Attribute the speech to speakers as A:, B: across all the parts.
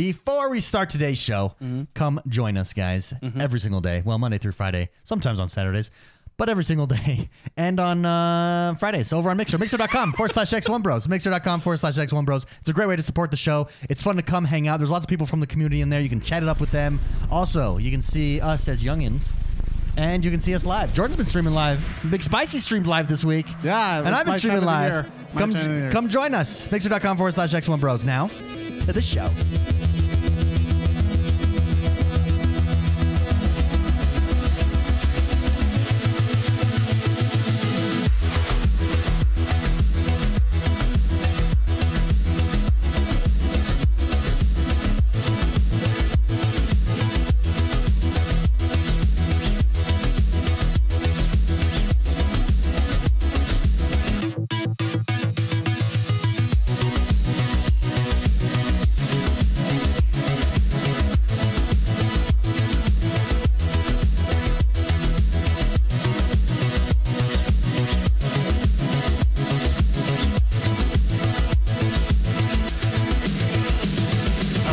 A: Before we start today's show,
B: Mm-hmm.
A: come join us, guys, every single day. Well, Monday through Friday, sometimes on Saturdays, but every single day. And on uh, Fridays over on Mixer, mixer.com forward slash X1 Bros. Mixer.com forward slash X1 Bros. It's a great way to support the show. It's fun to come hang out. There's lots of people from the community in there. You can chat it up with them. Also, you can see us as youngins. And you can see us live. Jordan's been streaming live. Big Spicy streamed live this week.
B: Yeah,
A: and
B: it's
A: I've been
B: my
A: streaming
B: time of
A: live.
B: the year. My
A: Come,
B: time of the year.
A: come join us. Mixer.com forward slash X1 Bros. Now to the show.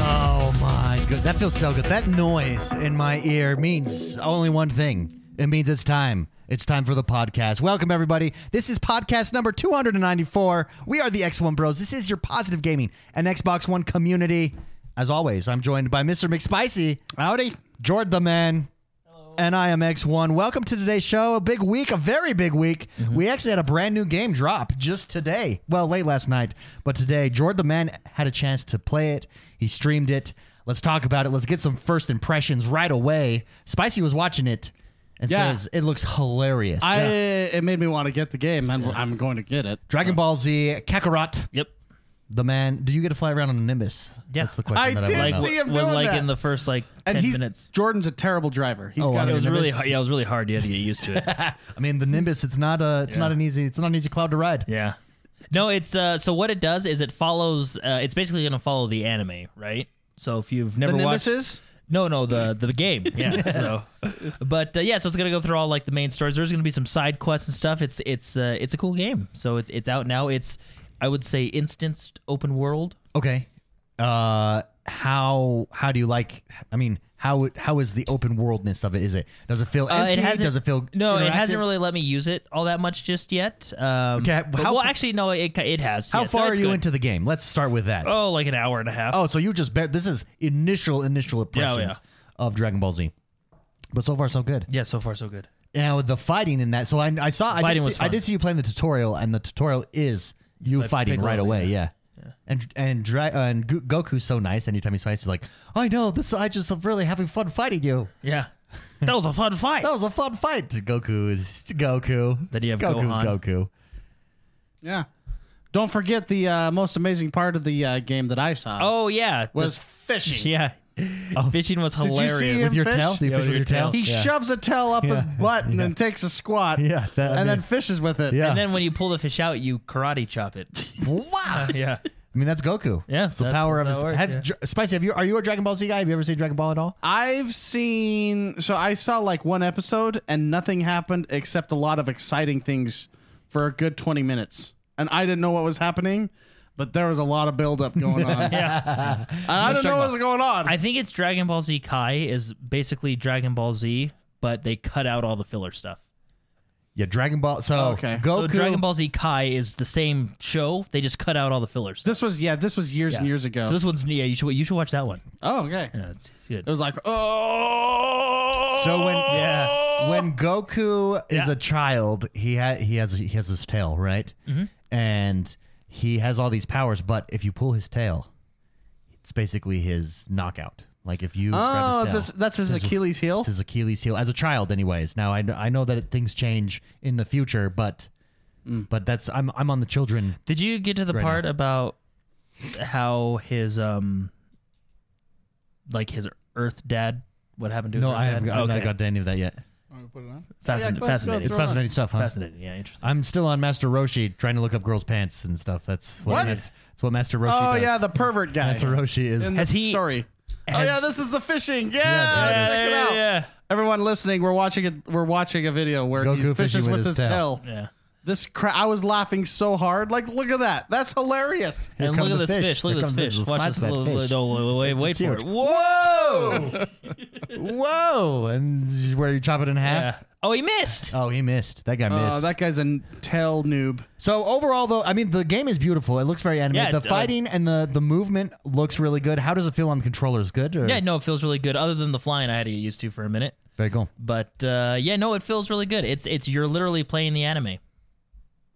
A: Oh my god, that feels so good. That noise in my ear means only one thing. It means it's time. It's time for the podcast. Welcome everybody. This is podcast number 294. We are the X1 Bros. This is your positive gaming and Xbox One community. As always, I'm joined by Mr. McSpicy,
B: Howdy.
A: Jord the man. And I am X1. Welcome to today's show. A big week, a very big week.
B: Mm-hmm.
A: We actually had a brand new game drop just today. Well, late last night, but today, Jord the man had a chance to play it. He streamed it. Let's talk about it. Let's get some first impressions right away. Spicy was watching it and
B: Yeah.
A: says it looks hilarious.
B: I it made me want to get the game, and I'm going to get it.
A: Dragon Ball Z Kakarot,
C: Yep.
A: the man. Do you get to fly around on a Nimbus?
C: Yeah.
A: That's the question
B: I
A: that
B: did
A: I
C: Like
A: want
B: see him
C: when,
B: doing
C: like
B: that.
C: in the first like
B: And
C: ten
B: he's
C: minutes.
B: Jordan's a terrible driver. He's
A: Oh,
B: got
A: I
C: It
A: mean,
C: was really
A: Nimbus-
C: hard. Yeah, it was really hard. You had to get used to it.
A: I mean, the Nimbus. It's not a. It's
C: Yeah.
A: not an easy. It's not an easy cloud to ride.
C: yeah. No, it's uh. So what it does is it follows. Uh, it's basically going to follow the anime, right? So if you've
B: the
C: never watched,
B: nemesis.
C: no, no, the the game, yeah. So, but uh, yeah, so it's going to go through all like the main stories. There's going to be some side quests and stuff. It's it's uh, it's a cool game. So it's it's out now. It's I would say instanced open world.
A: Okay. Uh, how how do you like? I mean, how how is the open worldness of it? Is it does it feel
C: Uh,
A: empty? E does it feel
C: no? It
A: interactive?
C: hasn't really let me use it all that much just yet. Um,
A: Okay,
C: but-
A: how
C: well,
A: fa-
C: actually, no, it it has.
A: How
C: Yeah, so
A: far are
C: that's
A: you
C: good.
A: into the game? Let's start with that.
C: Oh, like an hour and a half.
A: Oh, so you just bet this is initial initial
C: Yeah, oh,
A: impressions of Dragon Ball Z. But so far so good.
C: Yeah, so far so good.
A: Now the fighting in that. So I, I saw I did,
C: Fighting
A: see,
C: was
A: I
C: fun.
A: did see you playing the tutorial, and the tutorial is you
C: Like
A: fighting right
C: Piccolo,
A: away. Yeah. And and Dra- uh, and Go- Goku's so nice. Anytime he fights, he's like, "I know this. I just am really having fun fighting you."
C: Yeah. That was a fun fight.
A: That was a fun fight. Goku is Goku.
C: Then you have
A: Goku's
C: Gohan.
A: Goku.
B: Yeah. Don't forget the uh, most amazing part of the uh, game that I saw
C: Oh yeah.
B: was fishing.
C: yeah.
A: Oh.
C: Fishing was
B: you see
C: hilarious.
B: him?
A: With your
B: fish?
A: tail? Do you
C: Yeah,
A: fish with your tail?
B: He
A: yeah.
B: shoves a tail up his butt and then takes a squat.
A: Yeah, that- I
B: and then
A: mean-
B: fishes with it.
A: Yeah.
C: And then when you pull the fish out, you karate chop it.
A: Wow.
C: yeah.
A: I mean, that's Goku.
C: Yeah,
A: It's the
C: that's
A: power
C: how
A: of his.
C: that works,
A: have,
C: yeah.
A: Dr- Spicy, have you, are you a Dragon Ball Z guy? Have you ever seen Dragon Ball at all?
B: I've seen so I saw like one episode and nothing happened except a lot of exciting things for a good 20 minutes. And I didn't know what was happening, but there was a lot of buildup going on. yeah. And I don't know what was going on.
C: I think it's Dragon Ball Z Kai is basically Dragon Ball Z, but they cut out all the filler stuff.
A: Yeah, Dragon Ball. So,
B: Okay.
A: Goku.
C: So Dragon Ball Z Kai is the same show. They just cut out all the fillers.
B: this was yeah, this was years and years ago.
C: So this one's yeah. You should you should watch that one.
B: oh, okay.
C: Yeah, it's
B: It
C: good.
B: was like, "Oh."
A: so when
C: Yeah.
A: when Goku is
C: Yeah.
A: a child, he ha- he has he has his tail, right?
B: Mm-hmm.
A: And he has all these powers, but if you pull his tail, it's basically his knockout. Like if you grab
B: Oh,
A: his tail,
B: this, that's his Achilles heel.
A: It's his Achilles heel as a child, anyways. Now I, I know that things change in the future, but
B: Mm.
A: but that's I'm I'm on the children.
C: Did you get to the
A: Right
C: part about how his um like his Earth dad? What happened to his
A: No,
C: Earth
A: I haven't
C: dad?
A: got,
C: okay.
A: not got to any of that yet.
C: Fascin-
B: Yeah, go- go
C: fascinating.
A: It's
B: Throw it
A: fascinating stuff, huh?
C: fascinating. Yeah, interesting.
A: I'm still on Master Roshi trying to look up girls' pants and stuff. That's what,
B: What?
A: Mas- that's what Master Roshi
B: Oh
A: does.
B: yeah, the pervert guy.
A: Master Roshi is.
B: in
C: Has
B: the
C: he-
B: story? oh
C: has-
B: yeah, this is the fishing. Yeah,
A: Yeah,
B: check it out. Everyone listening, we're watching a, we're watching a video where
A: Goku
B: he
A: fishing
B: fishes with, his, tail.
C: yeah.
B: This cra- I was laughing so hard. Like, look at that. That's hilarious.
A: Here
C: and
A: come
C: look
A: the
C: at this
A: fish.
C: fish. Look
A: Here
C: at
A: comes
C: this
A: the size
C: fish. Watch
A: of
C: this
A: that
C: little,
A: fish.
C: little- little- wait, wait
A: It's
C: for
A: huge.
C: it. Whoa!
A: Whoa! And this is where you chop it in half.
C: Yeah. Oh, he missed.
A: Oh, he missed. That guy
B: Oh,
A: missed.
B: that guy's a n- tail noob.
A: so overall, though, I mean, the game is beautiful. It looks very animated.
C: Yeah,
A: the
C: it's, uh,
A: fighting and the the movement looks really good. How does it feel on the controllers? Good. Or?
C: Yeah, no, it feels really good. Other than the flying, I had to get used to for a minute.
A: Very cool.
C: But uh, yeah, no, it feels really good. It's it's you're literally playing the anime.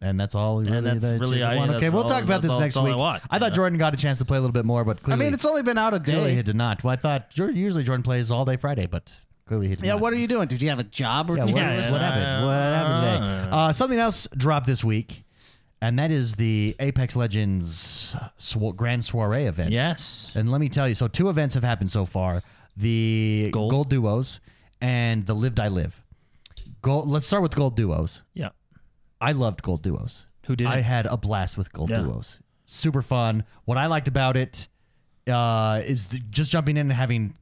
A: And that's all. Really,
C: that's
A: that
C: really-
A: you
C: I-
A: want.
C: that's
A: okay, we'll
C: all-
A: talk about
C: that's
A: this
C: all-
A: next
C: that's all I
A: week.
C: want,
A: I
C: you
A: thought
C: know?
A: Jordan got a chance to play a little bit more, but
B: I
A: clearly,
B: mean, it's only been out a
A: clearly he
B: day.
A: did not. Well, I thought Jordan usually Jordan plays all day Friday, but clearly he did
B: Yeah,
A: not.
B: what are you doing? Did you have a job or
A: Yeah, what,
C: Yeah, Ah.
A: what
C: yeah.
A: happened? What happened today? Uh, something else dropped this week, and that is the Apex Legends sw- Grand Soiree event.
C: Yes.
A: And let me tell you, so two events have happened so far: the
C: Gold.
A: Gold, Duos and the Lived I Live. Gold. Let's start with Gold Duos.
C: Yeah.
A: I loved Gold Duos.
C: Who did?
A: I had a blast with Gold
C: Yeah.
A: Duos. Super fun. What I liked about it uh, is th- just jumping in and having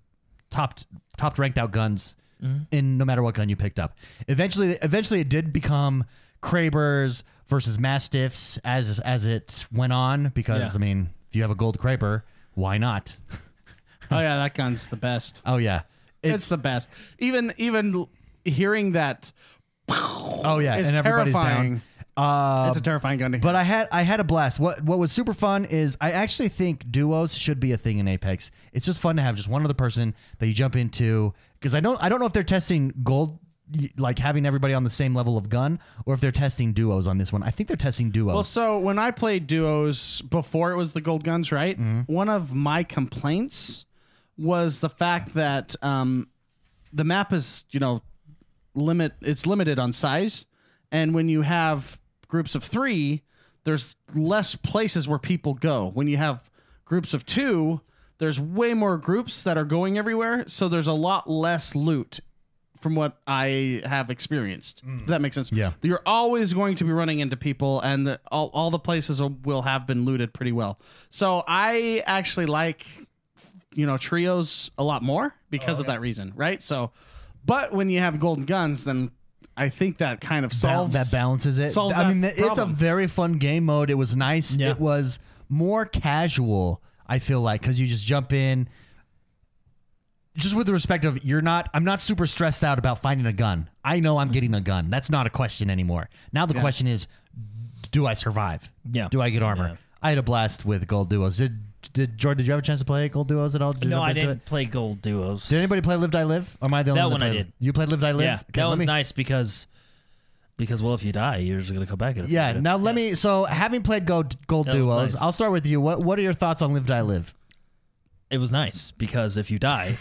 A: topped topped ranked out guns
B: Mm-hmm.
A: in no matter what gun you picked up. Eventually, eventually it did become Krabers versus Mastiffs as as it went on because
C: Yeah.
A: I mean if you have a gold Kraber, why not?
B: Oh yeah, that gun's the best.
A: Oh yeah,
B: It's,
A: it's,
B: the best. Even even l- hearing that,
A: oh yeah,
B: it's
A: and everybody's
B: terrifying.
A: down. Uh,
B: it's a terrifying gun to hear.
A: But I had I had a blast. What what was super fun is I actually think duos should be a thing in Apex. It's just fun to have just one other person that you jump into because I don't I don't know if they're testing gold y- like having everybody on the same level of gun or if they're testing duos on this one. I think they're testing duos.
B: Well, so when I played duos before it was the gold guns, right? One of my complaints was the fact that um, the map is, you know, limit it's limited on size, and when you have groups of three, there's less places where people go. When you have groups of two, there's way more groups that are going everywhere, so there's a lot less loot. From what I have experienced, Does that makes sense.
A: Mm. Yeah.
B: You're always going to be running into people, and the, all, all the places will- will have been looted pretty well. So I actually like, you know, trios a lot more because
A: Oh,
B: of that reason, right? So, but when you have golden guns, then I think that kind of
A: Bal-
B: solves
A: that balances it.
B: solves
A: I
B: that
A: mean, it's a
B: problem.
A: very fun game mode. It was nice.
C: Yeah.
A: It was more casual. I feel like because you just jump in. Just with the respect of you're not, I'm not super stressed out about finding a gun. I know I'm getting a gun. That's not a question anymore. Now the question is, do I survive?
C: Yeah.
A: Do I get armor?
C: Yeah.
A: I had a blast with gold duos. Did did Jordan? Did you have a chance to play gold duos at all? Did you
C: no,
A: jump
C: I
A: into
C: didn't
A: it?
C: play gold duos.
A: Did anybody play Lived I Live? Or am I the only
C: That
A: one?
C: one I
A: played-
C: did.
A: You played Lived I Live.
C: yeah,
A: Okay,
C: that
A: let
C: one's
A: me-
C: nice because because well, if you die, you're just gonna come back. At it.
A: Yeah. Now let me. So having played Gold Gold
C: That was
A: Duos,
C: Oh, nice.
A: I'll start with you. What What are your thoughts on Live Die Live?
C: it was nice because if you die,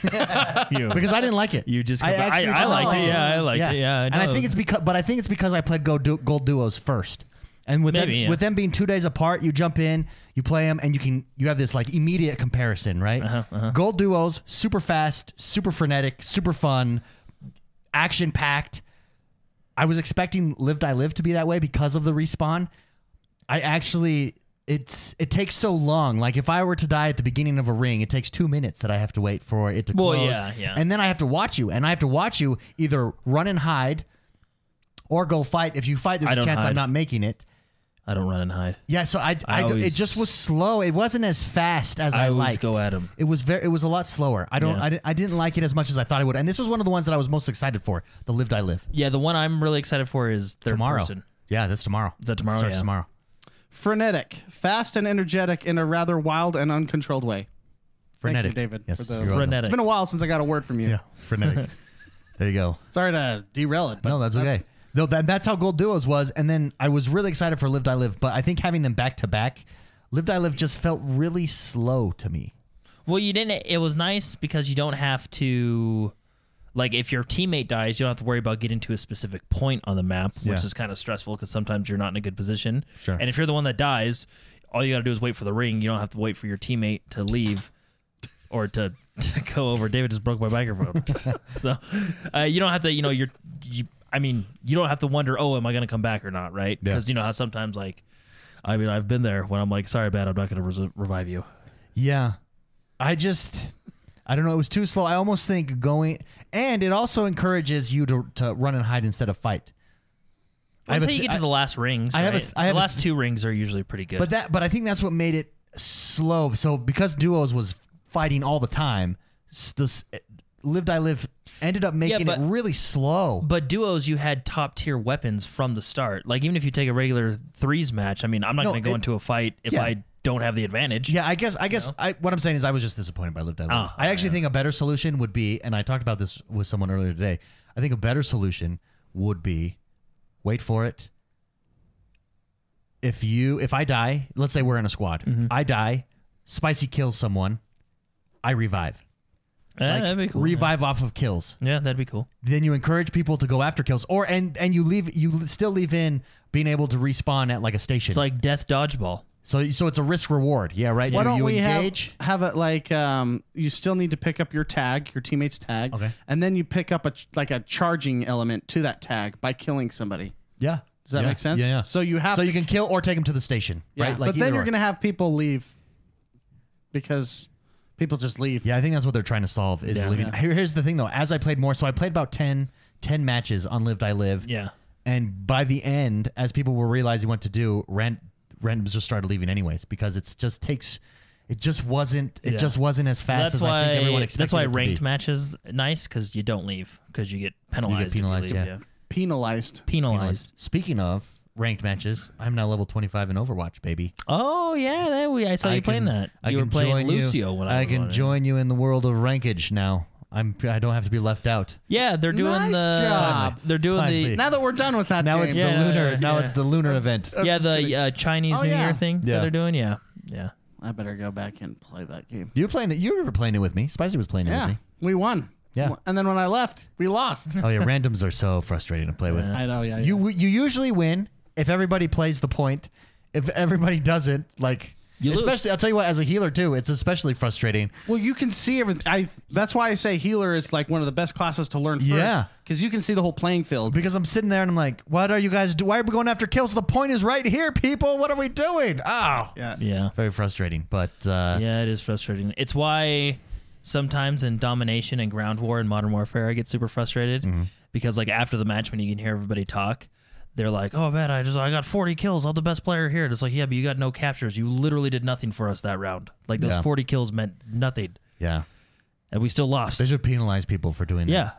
C: you
A: Because I didn't like it.
C: You just
A: I
C: go back-
A: actually
C: I- I
A: didn't
C: liked
A: like
C: it. Yeah, I liked it. Yeah, I
A: and I
C: know.
A: think it's because, but I think it's because I played Gold, du- Gold Duos first. And with them,
C: Maybe, yeah.
A: with them being two days apart, you jump in, you play them, and you can you have this like immediate comparison, right?
C: Uh-huh,
A: Gold Duos, super fast, super frenetic, super fun, action packed. I was expecting Live Die Live to be that way because of the respawn. I actually it's it takes so long. Like if I were to die at the beginning of a ring, it takes two minutes that I have to wait for it to
C: Well,
A: close.
C: yeah, yeah.
A: And then I have to watch you, and I have to watch you either run and hide, or go fight. If you fight, there's
C: I
A: a
C: don't
A: chance I'm
C: hide.
A: not making it.
C: I don't run and hide.
A: Yeah, so I, I,
C: I
A: d- it
C: always-
A: just was slow. It wasn't as fast as
C: I
A: I,
C: always
A: liked.
C: go at 'em.
A: It was very, it was a lot slower. I don't,
C: Yeah.
A: I, di- I didn't like it as much as I thought I would. And this was one of the ones that I was most excited for. The lived I live
C: Yeah, the one I'm really excited for is third
A: tomorrow.
C: person.
A: Yeah, that's tomorrow. Is
C: that tomorrow?
A: Starts
C: Yeah.
A: tomorrow.
B: frenetic, fast and energetic in a rather wild and uncontrolled way.
A: Frenetic,
B: David,
A: Yes,
B: for the-
A: you're welcome.
C: Frenetic.
B: It's been a while since I got a word from you.
A: Yeah, frenetic. there you go.
B: Sorry to derail it, but
A: No, that's okay. No, that, that's how Gold Duos was. And then I was really excited for Lived I Live, but I think having them back to back, Lived I Live just felt really slow to me.
C: Well, you didn't. It was nice because you don't have to, like, if your teammate dies, you don't have to worry about getting to a specific point on the map, which
A: Yeah.
C: is kind of stressful because sometimes you're not in a good position.
A: Sure.
C: And if you're the one that dies, all you got to do is wait for the ring. You don't have to wait for your teammate to leave or to, to go over. David just broke my microphone. so uh, you don't have to, you know, you're, you, I mean, you don't have to wonder, oh, am I going to come back or not, right?
A: Yeah.
C: Because you know how sometimes, like, I mean, I've been there when I'm like, sorry, bad, I'm not going to res- revive you.
A: Yeah. I just I don't know, it was too slow. I almost think going and it also encourages you to, to run and hide instead of fight. I have a
C: Until you
A: th-
C: get to
A: I-
C: the last rings.
A: I have a
C: right?
A: th- I have a
C: the last two rings are usually pretty good.
A: But that, but I think that's what made it slow. So because duos was fighting all the time, s- this lived I live ended up making
C: but-
A: it really slow.
C: But duos, you had top tier weapons from the start. Like even if you take a regular threes match, I mean, I'm not
A: No,
C: going to go
A: it-
C: into a fight if
A: yeah.
C: I don't have the advantage.
A: yeah, I guess I guess I, what I'm saying is I was just disappointed by lived I live.
C: Ah,
A: I actually think a better solution would be, and I talked about this with someone earlier today. I think a better solution would be, wait for it. If you if I die, let's say we're in a squad,
C: Mm-hmm.
A: I die, spicy kills someone, I revive.
C: Eh,
A: Like,
C: that'd be cool.
A: Revive off of kills.
C: yeah, that'd be cool.
A: then you encourage people to go after kills or and and you leave you l- still leave in being able to respawn at like a station
C: It's like death dodgeball.
A: so so it's a risk reward yeah right
B: Why
A: Do
B: don't
A: you
B: we
A: engage
B: have have it like um, you still need to pick up your tag, your teammate's tag,
A: Okay.
B: and then you pick up a ch- like a charging element to that tag by killing somebody.
A: yeah
B: Does that
A: Yeah.
B: make sense?
A: yeah, yeah.
B: So you have
A: so
B: to,
A: you can kill or take them to the station
B: yeah.
A: right like
B: but then
A: either
B: you're
A: or.
B: gonna have people leave because people just leave.
A: yeah i think that's what they're trying to solve is
C: Yeah.
A: leaving Here, here's the thing though as i played more so i played about 10 10 matches on lived i live
C: Yeah.
A: and by the end as people were realizing what to do rent randoms just started leaving anyways because it's just takes it just wasn't it
C: Yeah.
A: just wasn't as fast
C: that's
A: as i
C: why.
A: think everyone expected
C: that's why
A: it to be.
C: ranked matches nice because you don't leave because you get penalized. if
A: penalized,
C: leave,
A: yeah.
B: Penalized.
C: Penalized.
A: Speaking of ranked matches, I'm now level 25 in Overwatch, baby.
C: Oh yeah, that we, I saw
A: I
C: you playing
A: can-
C: that.
A: I
C: you
A: can
C: were playing
A: join you-
C: Lucio when I, was
A: can
C: on it.
A: join you in the world of rankage now. I'm I don't have to be left out.
C: Yeah, they're doing
B: Nice
C: the.
B: job.
C: They're doing
A: Finally.
C: the.
B: Now that we're done with that,
A: Now
B: game,
A: it's
C: Yeah,
A: the lunar.
C: yeah,
A: Now
C: yeah.
A: it's the lunar event.
C: Yeah, the uh, Chinese
B: Oh,
C: New
B: yeah.
C: Year thing
A: Yeah.
C: that they're doing. Yeah, yeah.
B: I better go back and play that game.
A: You were playing it. You were playing it with me. Spicy was playing it
B: Yeah,
A: with me.
B: we won.
A: Yeah.
B: and then when I left, we lost.
A: Oh yeah, randoms are so frustrating to play with.
B: I know. Yeah,
A: You you usually win if everybody plays the point. If everybody doesn't, like
C: You lose.
A: especially I'll tell you what, as a healer too, it's especially frustrating.
B: Well, you can see everything. I that's why I say healer is like one of the best classes to learn first.
A: Yeah.
B: because you can see the whole playing field.
A: Because I'm sitting there and I'm like, what are you guys do? Why are we going after kills? The point is right here, people. What are we doing? Oh.
B: Yeah,
C: Yeah.
A: Very frustrating. But uh,
C: Yeah, it is frustrating. It's why sometimes in domination and ground war and modern warfare, I get super frustrated
A: Mm-hmm.
C: because like after the match when you can hear everybody talk, they're like, "Oh man, I just I got 40 kills. I'm the best player here." And it's like, "Yeah, but you got no captures. You literally did nothing for us that round. Like those
A: Yeah.
C: 40 kills meant nothing,
A: yeah.
C: and we still lost."
A: They should penalize people for doing
C: yeah,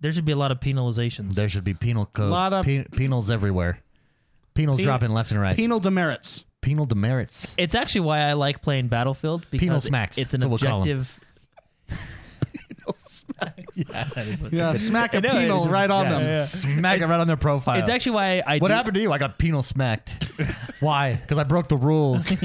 C: there should be a lot of penalizations.
A: that. There should be penal codes.
B: Lot of-
A: pe- penals everywhere. Penals
B: Penal-
A: dropping left and right.
B: penal demerits.
A: penal demerits.
C: It's actually why I like playing Battlefield because
A: Penal smacks.
C: it's an
A: That's what we'll call 'em.
C: objective. Yeah, that is what-
B: Yeah, smack a
C: I know, it
B: penal
C: just-
B: right on
A: Yeah,
B: them.
A: just Smack it right on their profile.
C: It's actually why I.
A: what
C: do-
A: happened to you? I got penal smacked. Why? Because I broke the rules.
B: I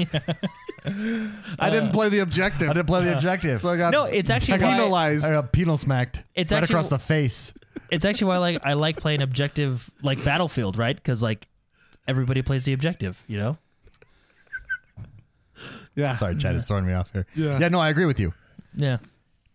B: didn't play the objective.
A: I didn't play the objective.
B: so I got
C: No, it's actually why-
B: penalized.
A: I got penal smacked.
C: It's
A: right
C: actually-
A: across the face.
C: it's actually why like I like playing objective like Battlefield, right? Because like everybody plays the objective, you know.
B: yeah,
A: Sorry, Chad is throwing me off here.
B: Yeah.
A: yeah, no, I agree with you.
C: Yeah.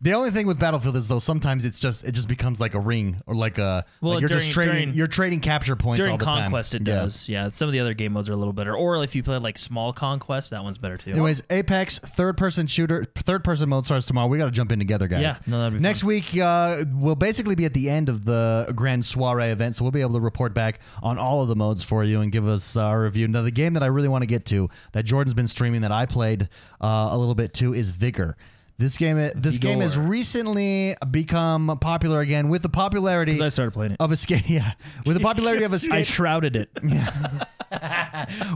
A: The only thing with Battlefield is though sometimes it's just it just becomes like a ring or like a
C: Well,
A: like you're just
C: during-
A: trading
C: during-
A: you're trading capture points
C: During
A: all the
C: Conquest,
A: time.
C: it
A: Yeah.
C: does. Yeah. Some of the other game modes are a little better, or if you play like small Conquest, that one's better too.
A: Anyways, Apex third person shooter third person mode starts tomorrow. We got to jump in together, guys.
C: Yeah, no, that'd be
A: Next week uh, we'll basically be at the end of the grand soiree event, so we'll be able to report back on all of the modes for you and give us uh, our review. Now the game that I really want to get to that Jordan's been streaming that I played uh, a little bit too is Vigor. This game this game has
C: Vigor.
A: recently become popular again with the popularity
C: I started playing it.
A: of escape yeah with the popularity of
C: I
A: escape
C: shrouded it.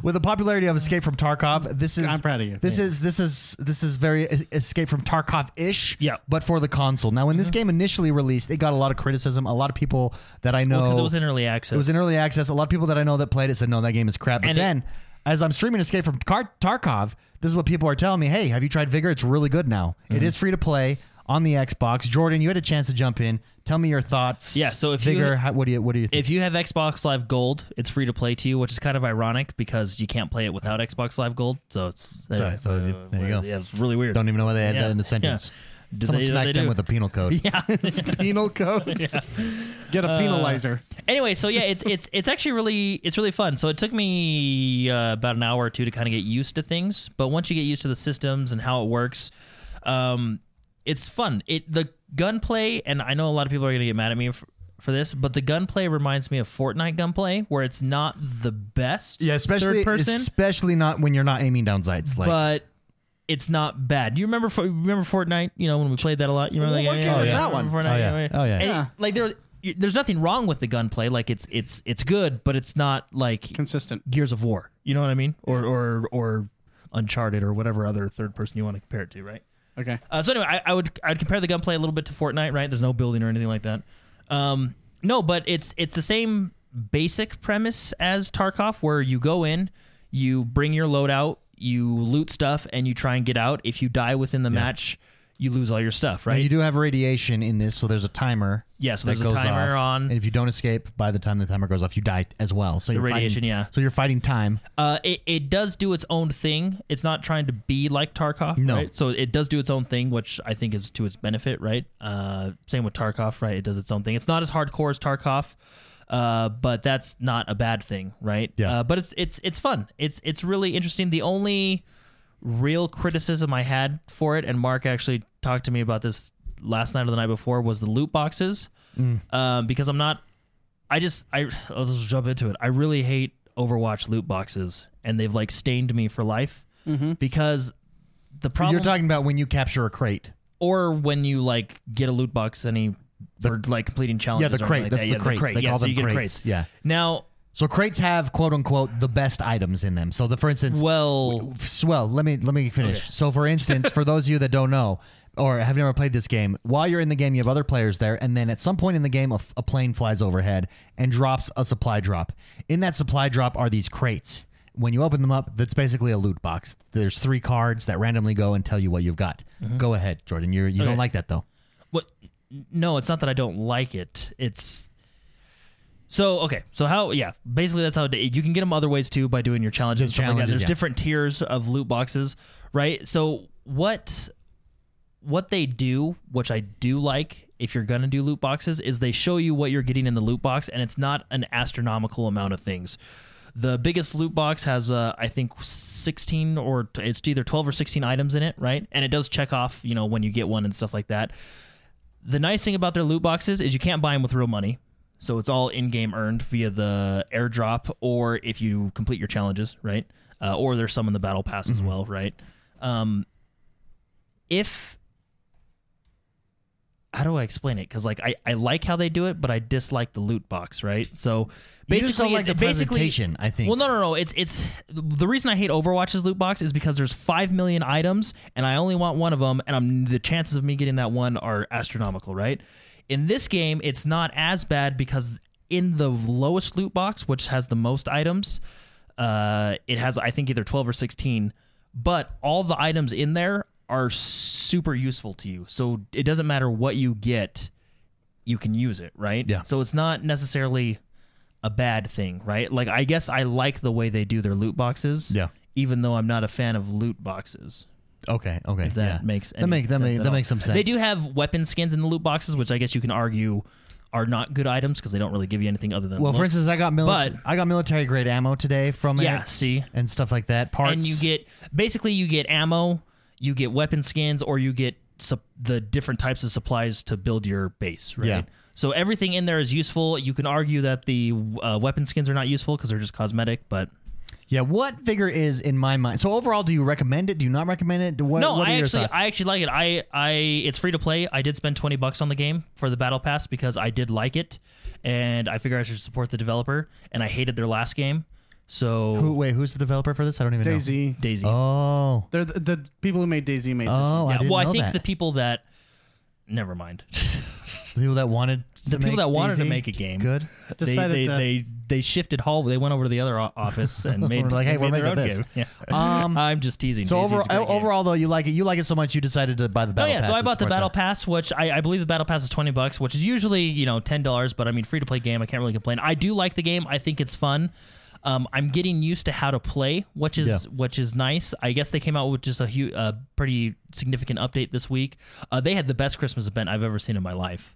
A: with the popularity of escape from tarkov this is
B: I'm proud of you.
A: this is this is this is very e- escape from tarkov-ish
C: Yeah. Mm-hmm.
A: but for the console now when this game initially released it got a lot of criticism a lot of people that i know
C: Because it was in early access.
A: it was in early access a lot of people that i know that played it said no that game is crap but
C: And it-
A: then as i'm streaming escape from Kar- tarkov this is what people are telling me hey have you tried vigor it's really good now
C: Mm-hmm.
A: It is free to play on the xbox jordan you had a chance to jump in tell me your thoughts
C: Yeah, so if you-
A: vigor how, what do you what do you think
C: If you have Xbox Live Gold, it's free to play to you, which is kind of ironic because you can't play it without Xbox Live Gold. So it's uh,
A: So- so there you go.
C: Yeah, it's really weird.
A: Don't even know why they had
C: Yeah,
A: that in the
C: yeah.
A: sentence.
C: Do
A: Someone
C: they-
A: smacked
C: they
A: them
C: do.
A: with a penal code.
C: yeah.
B: penal code. Get a penalizer.
C: anyway, so yeah, it's it's it's actually really it's really fun. So it took me uh, about an hour or two to kind of get used to things, but once you get used to the systems and how it works, um, it's fun. It the gunplay, and I know a lot of people are gonna get mad at me f- for this, but the gunplay reminds me of Fortnite gunplay, where it's not the best.
A: Yeah, especially
C: third person,
A: especially not when you're not aiming down sights. Like
C: but it's not bad. Do you remember Fo- remember Fortnite? You know when we played that a lot. You remember
B: What
C: that
B: game
C: Yeah,
B: was
C: yeah.
B: that one?
C: Fortnite,
A: Oh, yeah.
C: yeah.
A: Oh, yeah.
C: And,
B: Yeah.
C: Like there, you- there's nothing wrong with the gunplay. Like it's it's it's good, but it's not like
B: Consistent.
C: Gears of War. You know what I mean? Or or or Uncharted or whatever other third person you want to compare it to, right?
B: Okay.
C: Uh, so anyway, I, I would I'd compare the gunplay a little bit to Fortnite, right? There's no building or anything like that. Um, no, but it's it's the same basic premise as Tarkov, where you go in, you bring your load out, you loot stuff, and you try and get out. If you die within the match, you lose all your stuff,
A: Now,
C: right?
A: you do have radiation in this, so there's a timer.
C: Yeah, so
A: that
C: there's a
A: goes
C: timer
A: off.
C: on.
A: and if you don't escape by the time the timer goes off, you die as well. So you're
C: radiation,
A: fighting,
C: yeah.
A: So you're fighting time.
C: Uh, it, it does do its own thing. It's not trying to be like Tarkov,
A: No.
C: right? So it does do its own thing, which I think is to its benefit, right? Uh, same with Tarkov, right? It does its own thing. It's not as hardcore as Tarkov, uh, but that's not a bad thing, right?
A: Yeah.
C: Uh, but it's it's it's fun. It's it's really interesting. The only real criticism I had for it, and Mark actually talked to me about this last night or the night before, was the loot boxes, um, because I'm not. I just I I'll just jump into it. I really hate Overwatch loot boxes, and they've like stained me for life because the problem
A: Mm-hmm. You're talking about when you capture a crate.
C: or when you like get a loot box any for like completing challenges.
A: Yeah, the
C: or
A: crate.
C: anything
A: That's
C: like
A: the
C: that.
A: crates. They
C: yeah,
A: call
C: so
A: them
C: you get
A: crates.
C: crates.
A: Yeah.
C: Now,
A: So crates have quote unquote the best items in them. So the for instance,
C: well,
A: Swell, let me let me finish. So for instance, for those of you that don't know or have never played this game, while you're in the game, you have other players there, and then at some point in the game, a, f- a plane flies overhead and drops a supply drop. In that supply drop are these crates. When you open them up, that's basically a loot box. There's three cards that randomly go and tell you what you've got. Go ahead, Jordan. You're, you
C: Mm-hmm. Okay.
A: don't like that though.
C: what? No, it's not that I don't like it. It's so okay. So how? Yeah, basically that's how it, you can get them other ways too by doing your challenges. and stuff like that.
A: challenges,
C: There's
A: yeah.
C: different tiers of loot boxes, right? So what? What they do, which I do like, if you're gonna do loot boxes, is they show you what you're getting in the loot box, and it's not an astronomical amount of things. The biggest loot box has, uh, I think, 16 or t- it's either 12 or 16 items in it, right? And it does check off, you know, when you get one and stuff like that. The nice thing about their loot boxes is you can't buy them with real money. So it's all in game earned via the airdrop or if you complete your challenges, right? Uh, or there's some in the battle pass
A: Mm-hmm.
C: as well, right? Um, if. How do I explain it? Because like I, I like how they do it, but I dislike the loot box, right? So basically,
A: you just don't like the
C: it's- basically,
A: presentation. I think.
C: well, no, no, no. It's it's the reason I hate Overwatch's loot box is because there's five million items and I only want one of them, and I'm the chances of me getting that one are astronomical, right? In this game, it's not as bad because in the lowest loot box, which has the most items, uh, it has I think either twelve or sixteen, but all the items in there are super useful to you. So it doesn't matter what you get, you can use it, right?
A: Yeah.
C: So it's not necessarily a bad thing, right? Like I guess I like the way they do their loot boxes.
A: Yeah.
C: Even though I'm not a fan of loot boxes.
A: Okay. Okay.
C: If that
A: yeah.
C: makes any
A: that make that
C: sense
A: make,
C: at
A: that
C: all.
A: makes some sense.
C: They do have weapon skins in the loot boxes, which I guess you can argue are not good items because they don't really give you anything other than
A: Well, for
C: looks.
A: instance, I got military.
C: But-
A: I got military grade ammo today from
C: yeah,
A: it
C: see,
A: and stuff like that. Parts.
C: and you get basically you get ammo, you get weapon skins, or you get sup- the different types of supplies to build your base. Right.
A: Yeah.
C: So everything in there is useful. You can argue that the uh, weapon skins are not useful because they're just cosmetic, but
A: yeah. What figure is in my mind? So overall, do you recommend it? Do you not recommend it? Do- What,
C: no,
A: what are
C: I
A: your
C: actually
A: thoughts?
C: I actually like it. I I it's free to play. I did spend twenty bucks on the game for the battle pass because I did like it, and I figure I should support the developer. And I hated their last game, so
A: Who, wait, who's the developer for this? I don't even know.
B: Daisy.
C: Daisy.
A: Oh,
B: They're the, the people who made Daisy made. this.
A: oh, I
C: yeah,
A: didn't
C: well, I
A: know
C: think
A: that.
C: the people that never mind.
A: the people that wanted to
C: the people
A: make
C: that wanted to
A: Daisy
C: make a game.
A: good.
C: They,
B: Decided
C: they,
B: to-
C: they they shifted hall. They went over to the other o- office and made
A: We're like, "Hey,
C: they
A: we're
C: made their
A: making
C: own
A: this."
C: game. Yeah.
A: Um,
C: I'm just teasing.
A: so
C: Daisy's a
A: overall,
C: great game.
A: overall though, you like it. You like it so much you decided to buy the
C: Oh
A: battle.
C: yeah,
A: pass.
C: so I
A: It's
C: bought the
A: worth
C: battle
A: it.
C: pass, which I, I believe the battle pass is twenty bucks, which is usually you know ten dollars, but I mean free to play game. I can't really complain. I do like the game. I think it's fun. Um, I'm getting used to how to play, which is
A: Yeah.
C: which is nice. I guess they came out with just a hu- uh, pretty significant update this week. Uh, they had the best Christmas event I've ever seen in my life.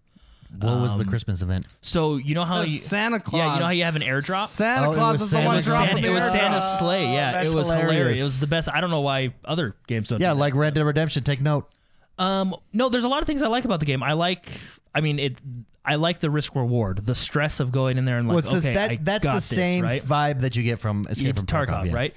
A: What was
C: Um,
A: the Christmas event?
C: So you know how
B: That's
C: you,
B: Oh, Santa Claus.
C: yeah, you know how you have an airdrop.
A: Oh,
B: Santa
A: it
B: Claus
A: was
B: is
A: Santa-
B: the
C: it
B: one
C: was,
B: dropping
C: Santa,
B: the
C: it was
B: airdrop.
C: Santa's sleigh. Yeah,
A: that's
C: it was hilarious.
A: hilarious.
C: It was the best. I don't know why other games don't.
A: Yeah,
C: do that.
A: like Red Dead Redemption. Take note.
C: Um, no, there's a lot of things I like about the game. I like I mean, it. I like the risk reward, the stress of going in there and like,
A: Well, it's this-
C: okay,
A: that-
C: I
A: that's
C: got
A: the
C: this,
A: same
C: right?
A: vibe that you get from Escape
C: It's
A: from
C: Tarkov,
A: yeah.
C: right?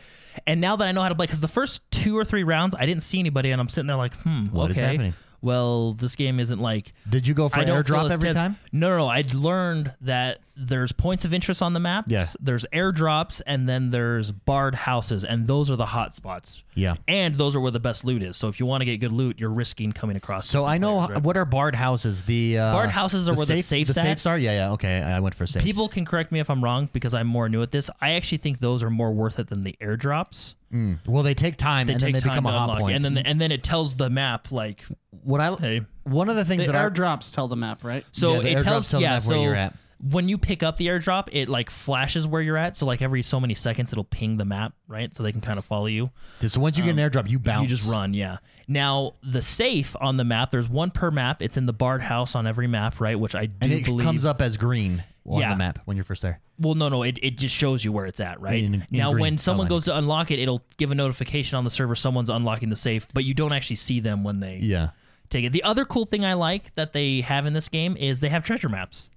C: And now that I know how to play, because the first two or three rounds, I didn't see anybody, and I'm sitting there like, hmm,
A: What is
C: okay.
A: happening?
C: Well, this game isn't like
A: Did you go for
C: I don't feel
A: airdrop
C: as
A: every
C: tense.
A: time?
C: No, no, I'd learned that there's points of interest on the map.
A: Yeah.
C: There's airdrops and then there's barred houses, and those are the hot spots.
A: Yeah.
C: And those are where the best loot is. So if you want to get good loot, you're risking coming across.
A: So I know
C: players, right?
A: what are barred houses. The uh,
C: Barred houses are where the safes
A: the
C: at.
A: safes are. Yeah, yeah. Okay, I I went for safes.
C: People can correct me if I'm wrong because I'm more new at this. I actually think those are more worth it than the airdrops.
A: Hmm. well, they take time
C: They
A: and
C: take
A: then they
C: time
A: become
C: to
A: a hot
C: unlock,
A: point.
C: and then and then it tells the map like,
A: what I
C: hey,
A: one of the things
B: The
A: that I
B: airdrops tell the map, right?
C: So
A: Yeah, the
C: it
A: airdrops
C: tells
A: tell the
C: yeah,
A: map
C: so
A: where you're at.
C: When you pick up the airdrop, it like flashes where you're at. So like every so many seconds, it'll ping the map, right? So they can kind of follow you.
A: did. So once you get an airdrop, you bounce.
C: um, You just run, yeah. Now the safe on the map, there's one per map. It's in the barred house on every map, right? Which I do
A: and it
C: believe
A: comes up as green on
C: Yeah.
A: the map when you're first there.
C: Well, no, no, it, it just shows you where it's at, right?
A: In- in
C: now,
A: green
C: when someone
A: outline.
C: goes to unlock it, it'll give a notification on the server someone's unlocking the safe, but you don't actually see them when they
A: Yeah.
C: take it. The other cool thing I like that they have in this game is they have treasure maps.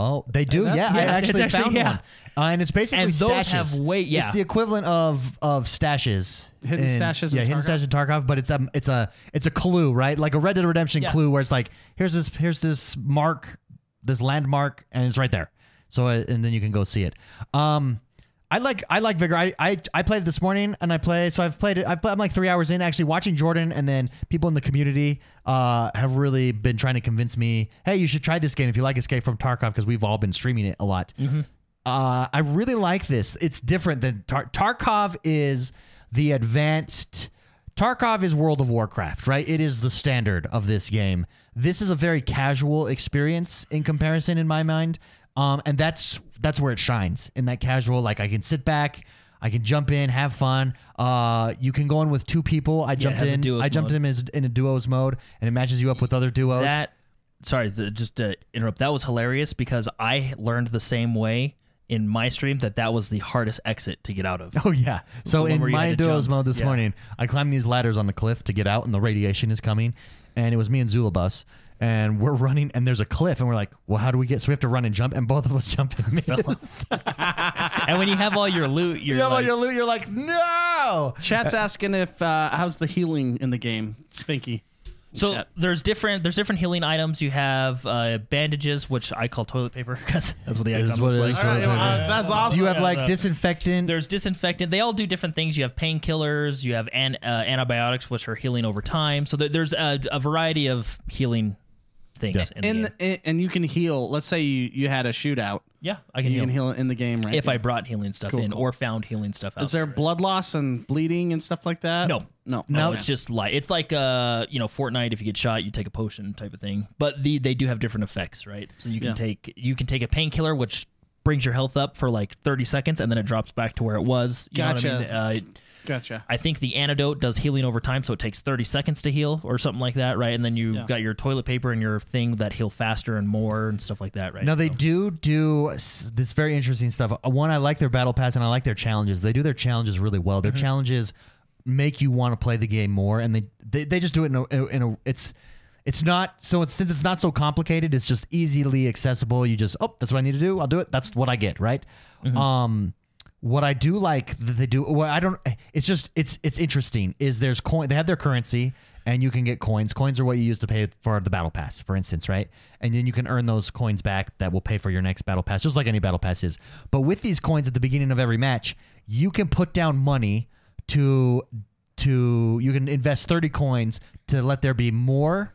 A: Oh, they do. Yeah,
B: That's-
A: I
C: yeah, it's
A: actually,
C: actually-
A: found
C: yeah.
A: one, uh, and it's basically
C: And those
A: stashes.
C: have weight- yeah.
A: it's the equivalent of of stashes.
B: Hidden stashes
A: Yeah,
B: in
A: hidden
B: Tarkov?
A: stash in Tarkov, but it's um, it's a it's a clue, right? Like a Red Dead Redemption
C: Yeah.
A: clue, where it's like here's this here's this mark, this landmark, and it's right there. So uh, and then you can go see it. Um, I like I like Vigor. I, I I played it this morning, and I play. So I've played it. I've, pla- I'm like three hours in. Actually, watching Jordan, and then people in the community uh, have really been trying to convince me. Hey, you should try this game if you like Escape from Tarkov, because we've all been streaming it a lot. Uh, I really like this. It's different than Tar- Tarkov is the advanced. Tarkov is World of Warcraft, right? It is the standard of this game. This is a very casual experience in comparison, in my mind, um, and that's that's where it shines in that casual. Like I can sit back, I can jump in, have fun. Uh, you can go in with two people. I jumped
C: has a
A: in.
C: duos
A: I jumped
C: mode.
A: in as in a duos mode, and it matches you up with other duos.
C: That sorry, the, just to interrupt. That was hilarious because I learned the same way in my stream that that was the hardest exit to get out of.
A: Oh yeah. So
C: one
A: in
C: where you
A: my
C: had to
A: duos
C: jump.
A: mode this
C: Yeah.
A: morning, I climbed these ladders on the cliff to get out, and the radiation is coming. And it was me and Zulabus, and we're running, and there's a cliff, and we're like, "Well, how do we get?" So we have to run and jump, and both of us jump and miss.
C: and when you have all your loot, you're
A: you have all
C: like,
A: your loot. You're like, "No!"
B: Chat's asking if uh, how's the healing in the game, Spinky.
C: so
B: chat.
C: there's different there's different healing items. You have uh, bandages, which I call toilet paper because that's what the icon
A: Is what
C: looks
A: it
C: like.
A: is, toilet paper.
B: that's awesome.
A: Do you have like
C: the-
A: disinfectant?
C: There's disinfectant. They all do different things. You have painkillers. You have an, uh, antibiotics, which are healing over time. So there, there's a, a variety of healing things.
A: Yeah.
C: In,
B: in
C: the,
B: the,
C: game.
B: in- and you can heal. Let's say you, you had a shootout.
C: yeah, I can
B: You can
C: heal
B: heal in the game, right?
C: if I brought healing stuff
B: Cool,
C: in
B: cool.
C: or found healing stuff out.
B: is there blood loss and bleeding and stuff like that?
C: No.
B: no,
C: No, it's just light. It's like uh, you know, Fortnite. If you get shot, you take a potion type of thing. But the they do have different effects, right? So you can
B: Yeah.
C: take you can take a painkiller, which brings your health up for like thirty seconds, and then it drops back to where it was. You Know what
B: Gotcha.
C: I mean? Uh,
B: gotcha.
C: I think the antidote does healing over time, so it takes 30 seconds to heal or something like that, right? And then you've
B: Yeah.
C: got your toilet paper and your thing that heal faster and more and stuff like that, right?
A: Now they
C: So-
A: do do s- this very interesting stuff. Uh, One, I like their battle pass and I like their challenges. They do their challenges really well.
C: Mm-hmm.
A: Their challenges make you want to play the game more, and they they, they just do it in a, in a- in a it's. It's not so. It's, since it's not so complicated, it's just easily accessible. You just oh, that's what I need to do. I'll do it. That's what I get, right?
C: Mm-hmm.
A: Um, what I do like that they do, well, I don't. It's just it's it's interesting. Is there's coin? They have their currency, and you can get coins. Coins are what you use to pay for the battle pass, for instance, right? And then you can earn those coins back that will pay for your next battle pass, just like any battle pass is. But with these coins at the beginning of every match, you can put down money to to you can invest thirty coins to let there be more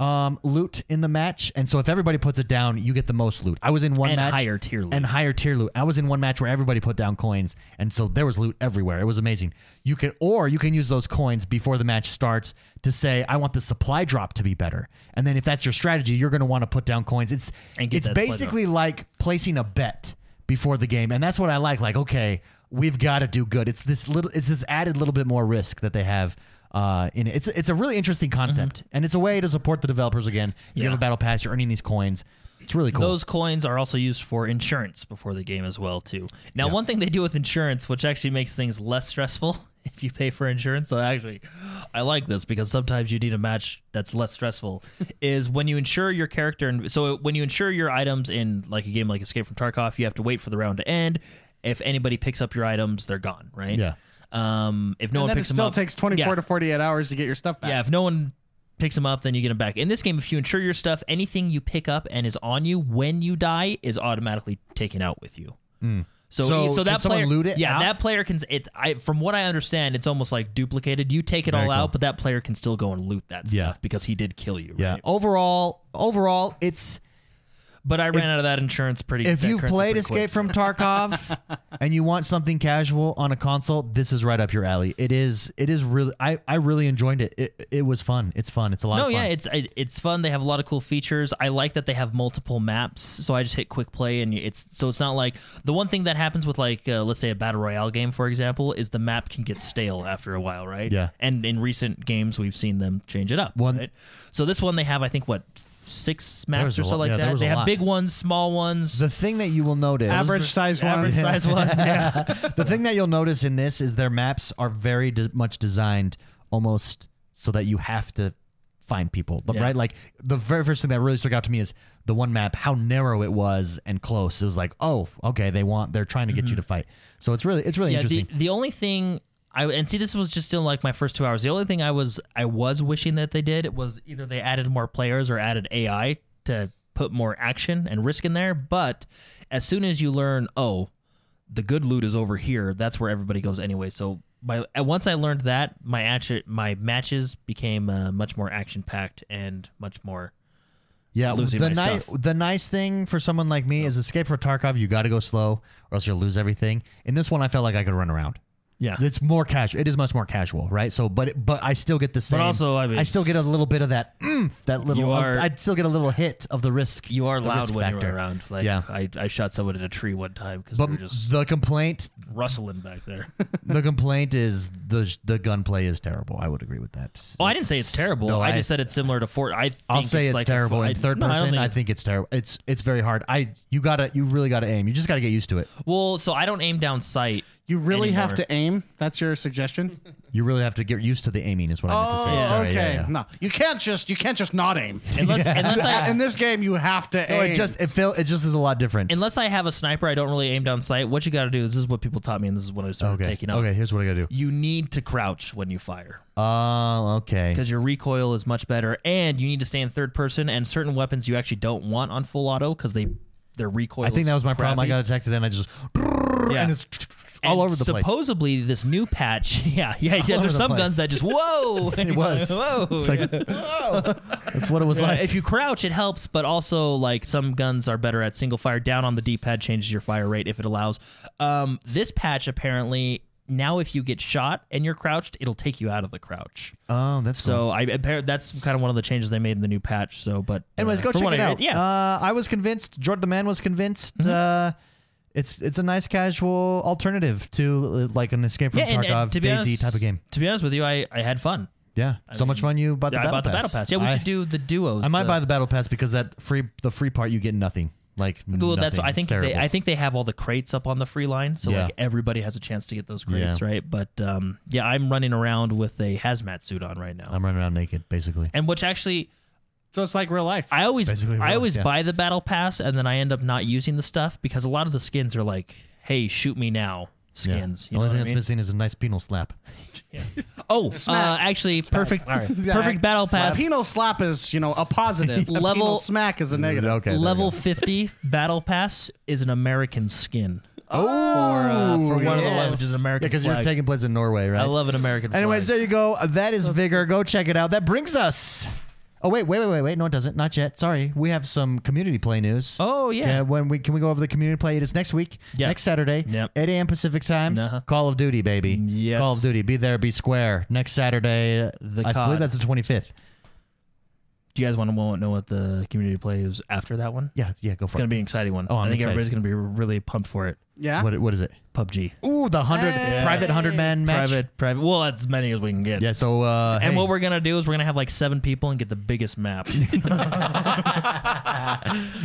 A: um, loot in the match. And so if everybody puts it down, you get the most loot. I was in one
C: And
A: match
C: higher tier loot.
A: and higher tier loot. I was in one match where everybody put down coins, and so there was loot everywhere. It was amazing. You can or you can use those coins before the match starts to say, "I want the supply drop to be better." And then if that's your strategy, you're going to want to put down coins. It's
C: And get
A: it's
C: that supply drop.
A: basically basically like placing a bet before the game, and that's what I like. Like, okay, we've got to do good. It's this little, it's this added little bit more risk that they have uh, in it. It's it's a really interesting concept, and it's a way to support the developers again. If you
C: Mm-hmm. Yeah.
A: have a battle pass, you're earning these coins. It's really cool.
C: Those coins are also used for insurance before the game as well, too. Now, one thing they do with insurance, which actually makes things less stressful, if you pay for insurance. So actually, I like this because sometimes you need a match that's less stressful. is when you insure your character, and so when you insure your items in like a game like Escape from Tarkov, you have to wait for the round to end. If anybody picks up your items, they're gone, right?
A: Yeah.
C: Um, if no
B: and
C: one
B: then it
C: picks them
B: still
C: up,
B: takes 24
C: Yeah.
B: to 48 hours to get your stuff back.
C: yeah, if no one picks them up, then you get them back. In this game, if you insure your stuff, anything you pick up and is on you when you die is automatically taken out with you. So,
A: Hmm. So
C: so,
A: can
C: that
A: someone
C: player,
A: loot it
C: yeah,
A: out?
C: that player can. It's I from what I understand, it's almost like duplicated. You take it all
A: Very cool.
C: out, but that player can still go and loot that stuff
A: Yeah.
C: because he did kill you.
A: Yeah.
C: right?
A: Overall, overall, it's
C: But I ran out of that insurance pretty.
A: if
C: that
A: you've
C: currency
A: played
C: pretty
A: Escape
C: quick,
A: from Tarkov and you want something casual on a console, this is right up your alley. It is. It is really. I, I really enjoyed it. It it was fun. It's fun. It's a lot.
C: No,
A: of fun.
C: yeah, it's I- it's fun. They have a lot of cool features. I like that they have multiple maps, so I just hit quick play, and it's so it's not like the one thing that happens with like uh, let's say a battle royale game, for example, is the map can get stale after a while, right?
A: Yeah.
C: And in recent games, we've seen them change it up.
A: One-
C: right? So this one they have, I think, what six
A: was
C: maps
A: a
C: or so
A: lot-
C: like
A: yeah, there
C: that.
A: was
C: They
A: a
C: have
A: lot.
C: big ones, small ones,
A: the thing that you will notice.
B: Average size one.
C: average size ones. Yeah.
A: the thing that you'll notice in this is their maps are very de- much designed almost so that you have to find people but
C: Yeah.
A: right like the very first thing that really stuck out to me is the one map how narrow it was and close it was like oh okay they want they're trying to get you to fight so it's really it's really
C: Mm-hmm. yeah, the,
A: interesting
C: the only thing I and see this was just still like my first two hours. The only thing I was I was wishing that they did was either they added more players or added AI to put more action and risk in there. But as soon as you learn, oh, the good loot is over here, that's where everybody goes anyway. So my and once I learned that, my action my matches became uh, much more action packed and much more
A: yeah
C: losing
A: the
C: my
A: nice
C: stuff.
A: the nice thing for someone like me is escape from tarkov you got to go slow or else you'll lose everything in this one i felt like i could run around
C: yeah.
A: it's more casual. It is much more casual, right? So, but it- but I still get the same.
C: also, I mean-
A: still get a little bit of that oomph, that little.
C: You are-
A: I'd still get a little hit of the risk.
C: You are
A: the
C: loud
A: risk
C: when
A: factor.
C: you're around. Like
A: Yeah.
C: I, I shot someone in a tree one time because
A: But
C: we were just
A: the complaint,
C: rustling back there.
A: the complaint is the the gunplay is terrible. I would agree with that.
C: Well, I didn't say it's terrible.
A: no,
C: I, just said it's similar to Fort. I think
A: I'll say it's,
C: like a
A: terrible
C: Fort-
A: in third
C: no, I don't
A: person. I think,
C: think
A: it's terrible. It's it's very hard. I you gotta you really gotta aim. You just gotta get used to it.
C: it's- well, so I don't aim down sight.
B: You really have
C: Anymore.
B: to aim. That's your suggestion.
A: You really have to get used to the aiming. Is what I meant to say.
B: Oh,
A: Sorry,
B: okay.
A: yeah, yeah.
B: No, you can't just you can't just not aim.
C: Unless unless I
B: In this game, you have to
A: No,
B: aim.
A: it just it feel it just is a lot different.
C: unless I have a sniper, I don't really aim down sight. What you got to do? This is what people taught me, and this is what I started
A: okay.
C: taking off.
A: okay. Here's what I gotta do.
C: You need to crouch when you fire
A: Oh, okay.
C: because your recoil is much better, and you need to stay in third person. And certain weapons you actually don't want on full auto because they their recoil.
A: I think that was my problem. I
C: crappy.
A: got attacked, and then I just
C: Yeah.
A: and it's all
C: And
A: over the place.
C: Supposedly, this new patch. Yeah, yeah. yeah
A: over
C: there's
A: the
C: some
A: place.
C: guns that just whoa.
A: It was.
C: whoa.
A: It's like,
C: yeah.
A: whoa. That's what it was
C: Uh,
A: like.
C: if you crouch, it helps, but also like some guns are better at single fire. Down on the D pad changes your fire rate if it allows. Um, this patch apparently now if you get shot and you're crouched, it'll take you out of the crouch.
A: Oh, that's cool.
C: So I appar- that's kind of one of the changes they made in the new patch. So, but
A: Anyways,
C: uh,
A: go
C: from
A: check
C: what
A: it
C: I
A: out.
C: read- yeah, Mm-hmm.
A: uh, I was convinced. Jordan the man was convinced. Uh, it's it's a nice casual alternative to uh, like an Escape from
C: yeah. And,
A: Tarkov
C: and to be
A: Daisy
C: honest,
A: type of game.
C: To be honest with you, I, I had fun.
A: Yeah, so much fun you bought the
C: I
A: battle
C: bought the
A: pass.
C: battle pass. Yeah, we
A: I,
C: should do the duos.
A: I might
C: the-
A: buy the battle pass because that free the free part you get nothing. Like
C: Well,
A: nothing.
C: that's I
A: It's
C: think they,
A: terrible.
C: I think they have all the crates up on the free line, so
A: Yeah.
C: like everybody has a chance to get those crates,
A: Yeah.
C: right? But um, yeah, I'm running around with a hazmat suit on right now,
A: I'm running around naked basically.
C: and which actually
B: so it's like real life.
C: I always
A: basically
C: I
A: real,
C: always
A: yeah.
C: buy the battle pass, and then I end up not using the stuff because a lot of the skins are like, "Hey, shoot me now."
A: Yeah.
C: Skins.
A: The
C: You know
A: only
C: what
A: thing
C: I
A: that's
C: mean?
A: missing is a nice penal slap.
C: Oh, uh, actually, perfect, perfect battle pass.
B: Penal slap is you know a positive. A
C: Level-
B: penal smack is a negative.
A: Okay. there we
C: Level
A: go.
C: 50 battle pass is an American skin.
A: Oh,
B: for one
C: uh, of the levels, which is an American
A: Yeah, because you're
C: flag.
A: taking place in Norway, right?
C: I love an American.
A: Anyways,
C: flag.
A: there you go. That is vigor. Go check it out. That brings us. Oh wait, wait, wait, wait, wait. No, it doesn't. Not yet. Sorry, we have some community play news.
C: Oh, yeah.
A: Okay, when we can we go over the community play? It is next week.
C: Yes.
A: Next Saturday.
C: Yep.
A: 8 a.m. Pacific time.
C: Uh-huh.
A: Call of Duty, baby.
C: Yes.
A: Call of Duty. Be there. Be square. Next Saturday.
C: The
A: I believe
C: COD.
A: that's the 25th.
C: do you guys want to know what the community play is after that one?
A: Yeah. Yeah. Go
C: It's
A: for
C: gonna
A: it.
C: be an exciting one.
A: Oh, I'm
C: I think
A: excited.
C: everybody's gonna be really pumped for it.
B: Yeah.
A: What, what is it?
C: PUBG.
A: Ooh, the hundred private hundred man match.
C: Private, private. Well, as many as we can get.
A: Yeah. So uh,
C: And
A: hey, Oh,
C: what we're gonna do is we're gonna have like seven people and get the biggest map.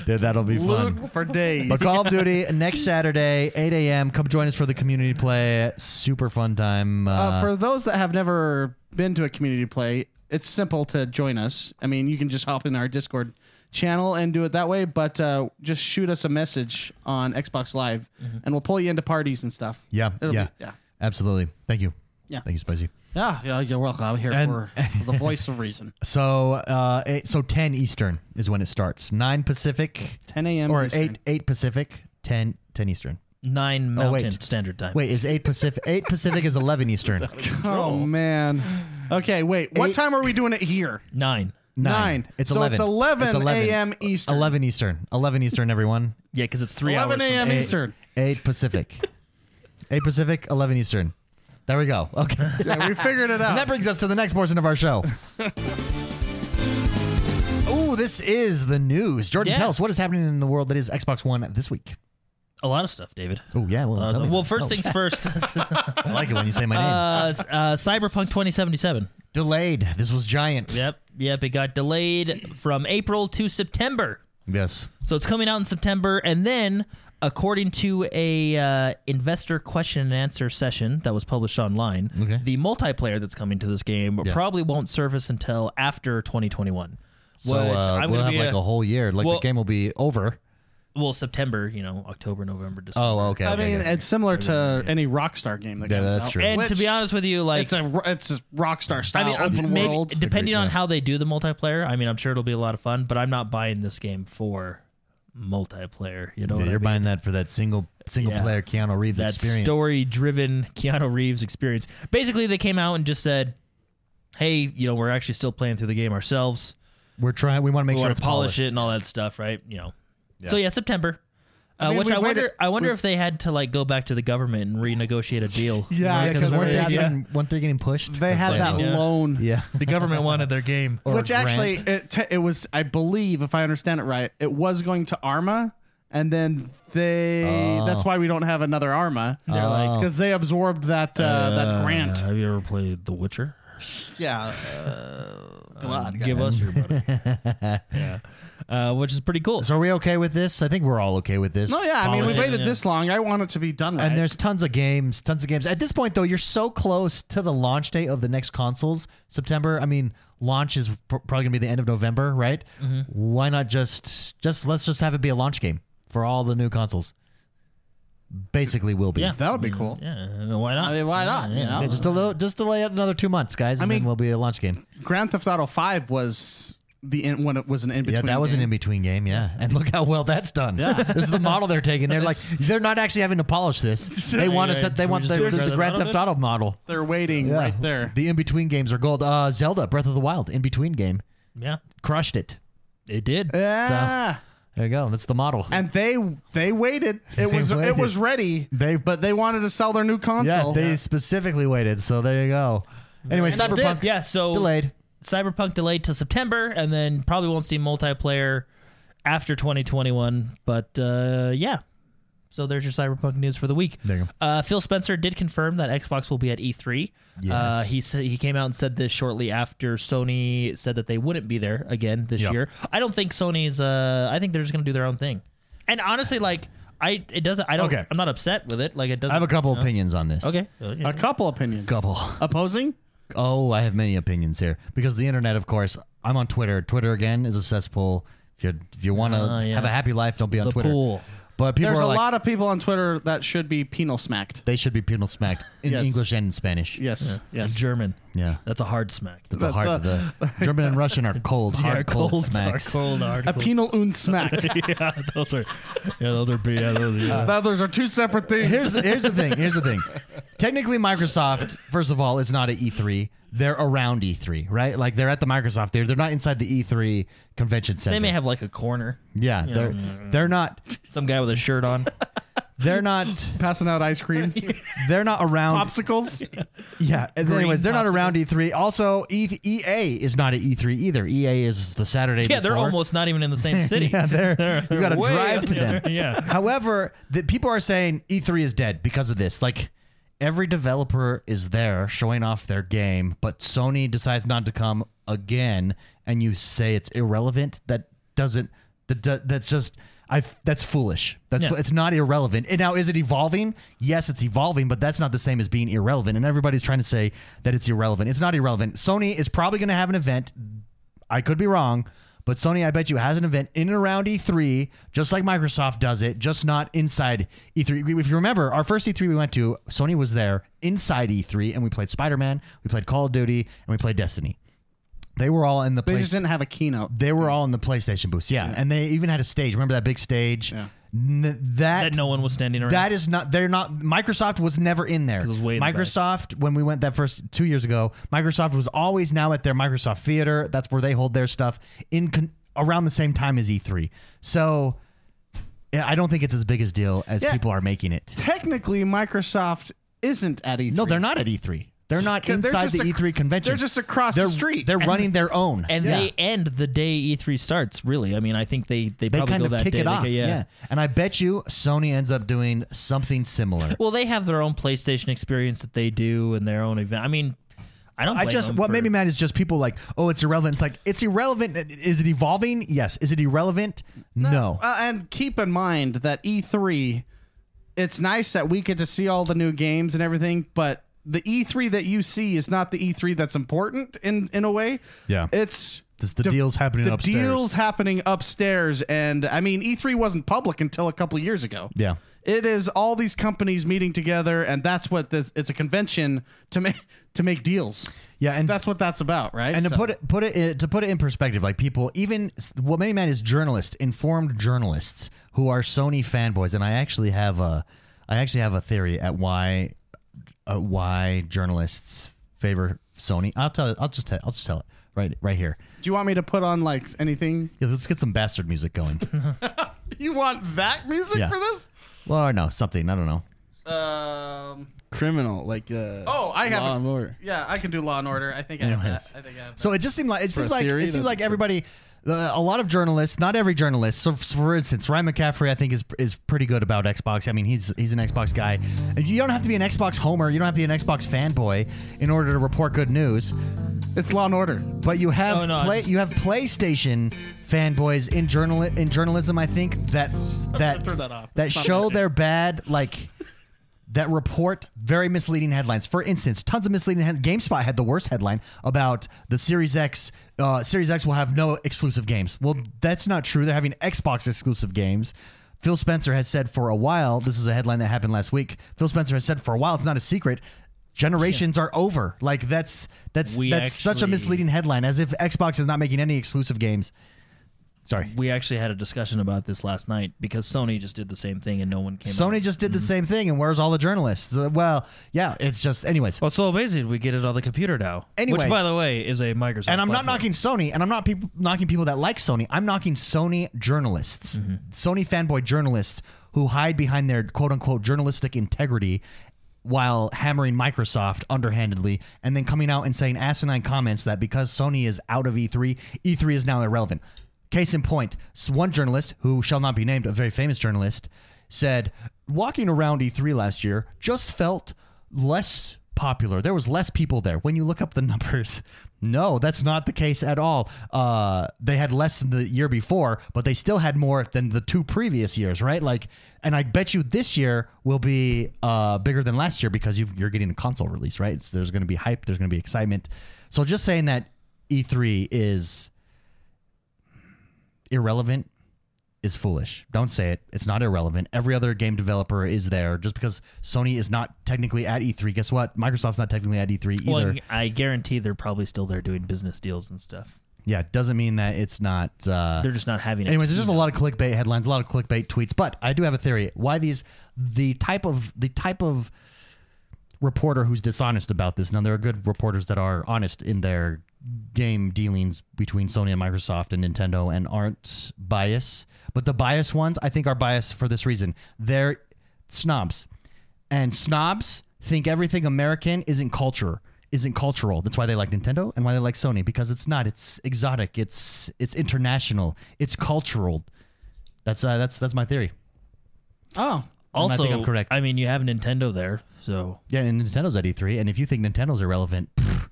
A: dude, that'll be fun.
B: Loot for days.
A: But Call of Duty next Saturday, 8 a.m. Come join us for the community play. Super fun time. Uh,
B: Uh, for those that have never been to a community play, it's simple to join us. I mean, you can just hop in our Discord channel and do it that way, but uh, just shoot us a message on Xbox Live and we'll pull you into parties and stuff.
A: yeah,
B: It'll be-
A: yeah,
B: yeah.
A: absolutely. Thank you.
B: Yeah.
A: Thank you, Spicy.
B: Yeah, yeah, you're welcome. I'm here
A: And-
B: for, for the voice of reason.
A: So, uh, eight, so 10 Eastern is when it starts. 9 Pacific
B: 10 a.m.
A: or
B: Eastern.
A: 8 8 Pacific, 10 10 Eastern.
C: Nine
A: Oh, wait.
C: Mountain Standard Time.
A: Wait, is 8 Pacific 8 Pacific is 11 Eastern.
B: Oh man. Okay, wait. What
A: Eight-
B: time are we doing it here?
C: Nine.
A: Nine.
B: It's
A: It's
B: so
A: 11.
B: it's 11,
A: It's 11.
B: a.m. Eastern.
A: 11 Eastern. 11 Eastern everyone.
C: Yeah, because it's three
B: 11
C: hours. from-
B: a.m.
A: eight.
B: Eastern.
A: 8 Pacific. 8 Pacific, 11 Eastern. There we go. Okay.
B: Yeah, we figured it
A: And that
B: out.
A: brings us to the next portion of our show. Ooh, this is the news. Jordan,
C: Yeah.
A: tell us what is happening in the world that is Xbox One this week.
C: A lot of stuff, David.
A: Oh yeah, well,
C: Uh,
A: tell me
C: well,
A: that.
C: first
A: Oh,
C: things first.
A: I like it when you say my name.
C: Uh, s- uh, Cyberpunk 2077.
A: Delayed. This was giant.
C: Yep, yep. It got delayed from April to September.
A: Yes.
C: So it's coming out in September, and then, according to a uh, investor question and answer session that was published online,
A: Okay.
C: the multiplayer that's coming to this game
A: Yeah.
C: probably won't surface until after 2021.
A: So
C: which
A: uh,
C: I'm
A: we'll
C: gonna
A: have
C: be
A: like a, whole year. Like
C: well-
A: the game will be over.
C: well September, you know, October, November, December.
A: Oh, okay.
B: I
A: okay,
B: mean,
A: okay.
B: it's similar to any Rockstar game that
A: Yeah,
B: comes
A: that's
B: out.
A: true.
C: and to
B: Which-
C: be honest with you, like
B: it's a it's a Rockstar
C: I
B: style
C: mean,
B: open
C: I'm, maybe,
B: world.
C: depending on
A: yeah.
C: how they do the multiplayer, I mean, I'm sure it'll be a lot of fun, but I'm not buying this game for multiplayer. You know,
A: Yeah,
C: what I
A: you're
C: mean?
A: buying that for that single single
C: Yeah.
A: player Keanu Reeves
C: that
A: experience.
C: story-driven Keanu Reeves experience. Basically, they came out and just said, "Hey, you know, we're actually still playing through the game ourselves.
A: We're trying. We want to make
C: We
A: sure
C: want
A: it's
C: to polish
A: polished.
C: it and all that stuff, right? You know." So yeah, September. Uh,
B: mean,
C: which
B: we
C: I wonder,
B: waited-
C: I wonder
B: we-
C: if they had to like go back to the government and renegotiate a deal.
B: Yeah,
C: Right?
A: Because
B: Yeah.
A: weren't they,
B: Yeah.
A: getting, weren't they getting pushed?
B: They had that
C: Yeah.
B: loan,
A: Yeah.
C: the government wanted their game.
A: Or
B: which
A: grant.
B: actually it, te- it was, I believe, if I understand it right, it was going to Arma, and then they that's why we don't have another Arma.
C: They're like,
B: because they absorbed that uh, that grant.
C: Have you ever played The Witcher?
B: Yeah, come on,
C: Um, Give us your money. yeah. Uh, which is pretty cool.
A: So are we okay with this? I think we're all okay with this.
B: No, yeah. I mean, we
C: Polish it,
B: waited
C: yeah.
B: this long. I want it to be done right.
A: And there's tons of games, tons of games. At this point, though, you're so close to the launch date of the next consoles, September. I mean, launch is pr- probably gonna be the end of November, right? Why not just just let's just have it be a launch game for all the new consoles? Basically, will be.
C: yeah.
B: that would be cool.
C: Yeah. Why not?
B: I mean, why not? You know,
A: Yeah, just delay, just delay it another two months, guys, and
B: mean-
A: then we'll be a launch game.
B: Grand Theft Auto Five was the in, when it was an in between.
A: Yeah, that was an in between game. Yeah, and look how well that's done. this is the model they're taking. They're like, they're not actually having to polish this. They want to
C: Yeah,
A: set. They
C: should we
A: want
C: just
A: the,
C: do a
A: this is the Grand
C: Grand
A: Theft
C: Theft
A: Auto model.
B: They're waiting
A: Yeah.
B: right there.
A: The in between games are gold. Uh, Zelda Breath of the Wild in between game
C: Yeah.
A: crushed it.
C: It did.
B: Uh, Yeah.
A: There you go. That's the model.
B: and they they waited. It was it
A: waited.
B: was ready.
A: They-
B: but they wanted to sell their new
A: yeah,
B: console.
A: they specifically waited. So there you go. Anyway,
C: And it
A: Cyberpunk
C: did. Yeah. So
A: delayed.
C: Cyberpunk delayed till September, and then probably won't see multiplayer after 2021. But uh, yeah. So there's your Cyberpunk news for the week.
A: There you go.
C: Uh, Phil Spencer did confirm that Xbox will be at E3. Uh, he said he came out and said this shortly after Sony said that they wouldn't be there again this
A: Yeah.
C: year. I don't think Sony's. Uh, I think they're just gonna do their own thing. And honestly, like I, it doesn't. I don't.
A: Okay.
C: I'm not upset with it. Like it doesn't.
A: I have a couple opinions on this.
C: okay.
B: a couple opinions.
A: Couple.
B: Opposing?
A: Oh, I have many opinions here because the internet, of course. I'm on Twitter. Twitter again is a cesspool. If you if you want to
C: Ah, yeah.
A: have a happy life, don't be on
C: The
A: Twitter.
C: pool.
A: But people
B: There's
A: are
B: a
A: like,
B: lot of people on Twitter that should be penal smacked.
A: they should be penal smacked in
B: Yes.
A: English and in Spanish.
B: Yes. Yes.
C: German.
A: Yeah.
C: That's a hard smack.
A: That's a hard. The, German and Russian are cold, hard, cold, smacks.
C: Cold, hard,
B: A penal und smack.
C: yeah,
A: Oh,
C: those are. Yeah, those are. Yeah, those are.
B: Now, those are two separate things.
A: here's the, here's the thing. Here's the thing. Technically, Microsoft, first of all, is not at E3. They're around E3, right? Like they're at the Microsoft. They're they're not inside the E3 convention center.
C: They may have like a corner.
A: Yeah, they're they're not.
C: Some guy with a shirt on.
A: They're not.
B: Passing out ice cream,
A: They're not around.
B: popsicles.
A: yeah. and
C: Green
A: anyways, they're not
C: popsicle.
A: around E3. Also, E- EA is not at E3 either. EA is the Saturday.
C: Yeah, they're
A: before.
C: almost not even in the same city.
A: Yeah, they're,
C: they're
A: you've got to
C: way
A: drive
C: up
A: to
C: there.
A: them.
C: Yeah.
A: However, the, people are saying E3 is dead because of this. Like every developer is there showing off their game, but Sony decides not to come again, and you say it's irrelevant. That doesn't. That do- that's just. I that's foolish. That's
C: Yeah.
A: fu- it's not irrelevant. And now is it evolving? Yes, it's evolving, but that's not the same as being irrelevant. And everybody's trying to say that it's irrelevant. It's not irrelevant. Sony is probably going to have an event I could be wrong, but Sony, I bet you, has an event in and around E3, just like Microsoft does it, just not inside E3. We- If you remember, our first E3 we went to, Sony was there inside E3, and we played Spider Man, we played Call of Duty, and we played Destiny. They were all in the
B: They
A: place.
B: just didn't have a keynote.
A: They were all in the PlayStation booths, yeah. and they even had a stage. Remember that big stage?
B: Yeah.
A: N-
C: That no one was standing around.
A: that is not. They're not. Microsoft was never in there.
C: it was way in the back.
A: Microsoft, when we went that first two years ago, Microsoft was always now at their Microsoft Theater. That's where they hold their stuff in con- around the same time as E3. So yeah, I don't think it's as big a deal as
B: Yeah.
A: people are making it.
B: Technically, Microsoft isn't at E E3.
A: No, they're not at E3. They're not
B: They're
A: inside
B: just
A: the
B: ac-
A: E3 convention.
B: they're just across the
A: They're-
B: street.
A: They're
B: And-
A: running their own.
C: and
A: Yeah.
C: they end the day E3 starts. Really, I mean, I think they
A: they
C: they, probably
A: kind
C: go
A: of
C: that
A: kick
C: day.
A: it
C: They
A: off.
C: go-
A: yeah. And I bet you Sony ends up doing something similar.
C: Well, they have their own PlayStation experience that they do and their own event. I mean, I don't.
A: I
C: blame
A: just
B: um,
C: them
A: what
C: for-
A: made me mad is just people like, oh, it's irrelevant. It's like it's irrelevant. Is it evolving? Yes. Is it irrelevant? No.
B: Uh, and keep in mind that E3, it's nice that we get to see all the new games and everything, but the E3 that you see is not the E3 that's important in in a way.
A: Yeah.
B: It's
A: This- the deals happening
B: the
A: upstairs.
B: deals happening upstairs, and I mean E3 wasn't public until a couple years ago.
A: Yeah.
B: It is all these companies meeting together, and that's what this. It's a convention to make to make deals.
A: Yeah, and
B: That's what that's about, right?
A: and to
B: So-
A: put it put it in, to put it in perspective, like people even what made me mad is journalists, informed journalists who are Sony fanboys, and I actually have a I actually have a theory at why uh, why journalists favor Sony. I'll tell I'll just tell I'll just tell it right right here.
B: do you want me to put on like anything?
A: Yeah, let's get some bastard music going.
B: You want that music
A: Yeah.
B: for this?
A: well, or no, something I don't know.
B: Um.
D: criminal, like uh,
B: Oh, I have
D: Law
B: it.
D: and Order.
B: Yeah, I can do Law and Order. I think I have that. I think I have that.
A: So it just seemed like it seems
D: a
A: like
D: theory,
A: it seems
D: that's-
A: like everybody, uh, a lot of journalists, not every journalist. So f- for instance, Ryan McCaffrey, I think is is pretty good about Xbox. I mean, he's he's an Xbox guy. And You don't have to be an Xbox homer. You don't have to be an Xbox fanboy in order to report good news.
B: It's Law and Order.
A: But you have
C: Oh, no, I
A: play,
C: just-
A: you have PlayStation fanboys in journal in journalism. I think that that
B: Turn that off.
A: that
B: It's not
A: show their bad like that report very misleading headlines. For instance, tons of misleading. Head- GameSpot had the worst headline about the Series X. Uh, Series X will have no exclusive games. Well, that's not true. They're having Xbox exclusive games. Phil Spencer has said for a while. This is a headline that happened last week. Phil Spencer has said for a while. It's not a secret. Generations are over. Like that's that's
C: We
A: that's such a
C: actually-
A: misleading headline. As if Xbox is not making any exclusive games. Sorry.
C: We actually had a discussion about this last night because Sony just did the same thing and no one came. out.
A: Sony just did the same thing, and where's all the journalists? Uh, well, yeah, it's just, anyways.
C: Well, so basically, we get it on the computer now.
A: Anyways.
C: which, by the way, is a Microsoft.
A: and I'm not
C: platform.
A: knocking Sony, and I'm not peop knocking people that like Sony. I'm knocking Sony journalists,
C: Mm-hmm.
A: Sony fanboy journalists who hide behind their quote unquote journalistic integrity while hammering Microsoft underhandedly and then coming out and saying asinine comments that because Sony is out of E E3, E3 is now irrelevant. Case in point, s- one journalist who shall not be named, a very famous journalist, said walking around E3 last year just felt less popular. There was less people there. When you look up the numbers, no, that's not the case at all. Uh, they had less than the year before, but they still had more than the two previous years, right? Like, and I bet you this year will be uh, bigger than last year because you've, you're getting a console release, right? It's, there's going to be hype. There's going to be excitement. So just saying that E3 is irrelevant is foolish. Don't say it. It's not irrelevant. Every other game developer is there. Just because Sony is not technically at E3, guess what? Microsoft's not technically at E3 either.
C: Well, and I guarantee they're probably still there doing business deals and stuff.
A: yeah, it doesn't mean that it's not. Uh,
C: They're just not having. it.
A: anyways, there's just a lot of clickbait headlines, a lot of clickbait tweets. But I do have a theory why these the type of the type of reporter who's dishonest about this. Now there are good reporters that are honest in their game dealings between Sony and Microsoft and Nintendo and aren't biased. But the biased ones, I think, are biased for this reason. They're snobs, and snobs think everything American isn't culture, isn't cultural. That's why they like Nintendo and why they like Sony because it's not. It's exotic. It's it's international. It's cultural. That's uh, that's that's my theory.
B: Oh,
A: I
C: Also,
A: think I'm correct.
C: I mean, you have Nintendo there, so
A: Yeah, and Nintendo's at E3, and if you think Nintendo's irrelevant, pff,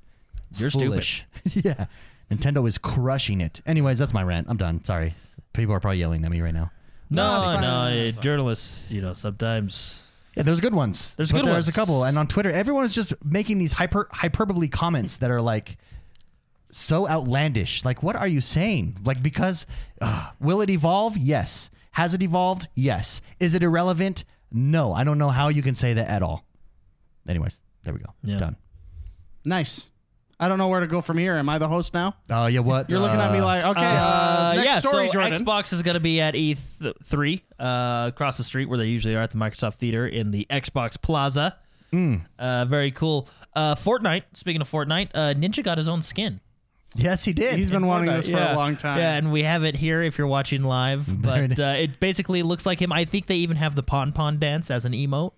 C: You're
A: foolish. yeah, Nintendo is crushing it. Anyways, that's my rant. I'm done. Sorry, people are probably yelling at me right now.
B: No,
C: no,
B: it's fine.
C: no,
B: No,
C: eh,
B: it's fine.
C: journalists, you know, sometimes
A: Yeah, there's good ones.
C: There's
A: But
C: good
A: There's a
C: ones.
A: couple, and on Twitter, everyone is just making these hyper hyperbole comments that are like so outlandish. Like, what are you saying? Like, because uh, will it evolve? Yes. Has it evolved? Yes. Is it irrelevant? No. I don't know how you can say that at all. Anyways, there we go.
C: Yeah.
A: Done.
B: nice. I don't know where to go from here. Am I the host now?
A: Oh, yeah. What?
B: You're looking at me
A: Uh,
B: like, okay,
C: Uh,
B: uh, next
C: yeah,
B: story,
C: so
B: Jordan.
C: Xbox is going to be at E3 uh, across the street where they usually are at the Microsoft Theater in the Xbox Plaza.
A: Hmm.
C: Uh, very cool. Uh, Fortnite. Speaking of Fortnite, uh, Ninja got his own skin.
A: Yes, he did.
B: He's been wanting this for a
C: Yeah.
B: long time.
C: Yeah, and we have it here if you're watching live.
A: it
C: But uh, it basically looks like him. I think they even have the pon pon dance as an emote.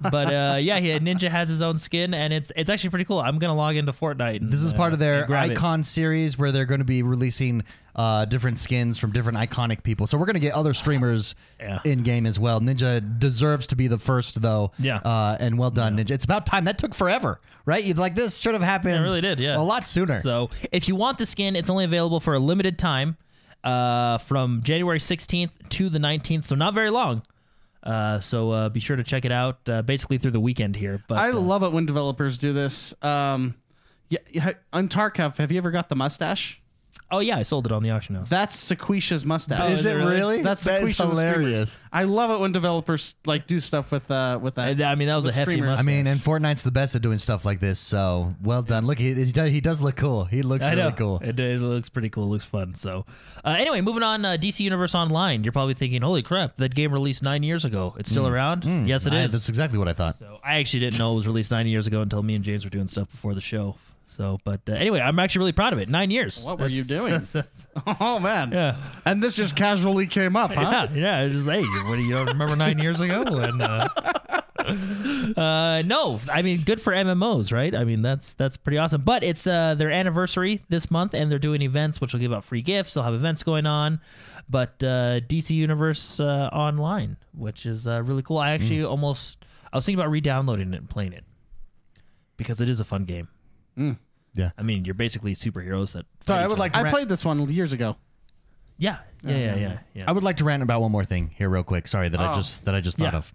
C: but uh, yeah, he, Ninja has his own skin, and it's it's actually pretty cool. I'm gonna log into Fortnite. And,
A: This is
C: uh,
A: part of their
C: and grab it.
A: icon series where they're going to be releasing uh, different skins from different iconic people. So we're going to get other streamers
C: Yeah.
A: in game as well. Ninja deserves to be the first, though.
C: Yeah.
A: Uh, and well done, Ninja. It's about time. That took forever, right? You'd like this should have happened.
C: really did, yeah.
A: A lot sooner.
C: So if you want the skin, it's only available for a limited time uh, from January 16th to the 19th, so not very long. Uh, so uh, be sure to check it out uh, basically through the weekend here. But
B: I
C: uh,
B: love it when developers do this. Um, yeah, yeah, on Tarkov, have you ever got the mustache?
C: oh yeah, I sold it on the auction house.
B: That's Sequisha's mustache.
A: Oh, is, it really?
B: That's
A: That is
B: Sequisha's
A: hilarious.
B: I love it when developers like do stuff with uh with that.
C: And, I mean, that was
B: with
C: a hefty
B: streamers.
A: I
C: mustache.
A: mean, and Fortnite's the best at doing stuff like this. So well done. Look, he, he, does, he does look cool. He looks
C: I know.
A: really cool.
C: It, it looks pretty cool. It looks fun. So, uh, anyway, moving on. Uh, DC Universe Online. You're probably thinking, "Holy crap! That game released nine years ago. It's still around." yes, it
A: Hmm. I-
C: is.
A: That's exactly what I thought.
C: So I actually didn't know it was released nine years ago until me and James were doing stuff before the show. So, but uh, anyway, I'm actually really proud of it. Nine years.
B: What were
C: That's-
B: you doing?
C: that's- that's-
B: oh man.
C: Yeah.
B: And this just casually came up, huh?
C: yeah, yeah. It's just hey, you- what do you don't remember nine years ago? And uh, uh, no, I mean, good for MMOs, right? I mean, that's that's pretty awesome. But it's uh, their anniversary this month, and they're doing events, which will give out free gifts. They'll have events going on, but uh, DC Universe uh, Online, which is uh, really cool. I
A: Mm.
C: actually almost I was thinking about re-downloading it and playing it because it is a fun game.
A: Yeah.
C: I mean, you're basically superheroes that.
A: So Mm.
C: fight
A: I
C: each
A: would
C: other.
A: like to
B: I
A: rant-
B: played this one years ago.
C: Yeah, yeah, yeah, yeah, yeah.
A: I would like to rant about one more thing here, real quick. Sorry that I just that I just thought
C: Oh. Yeah.
A: of.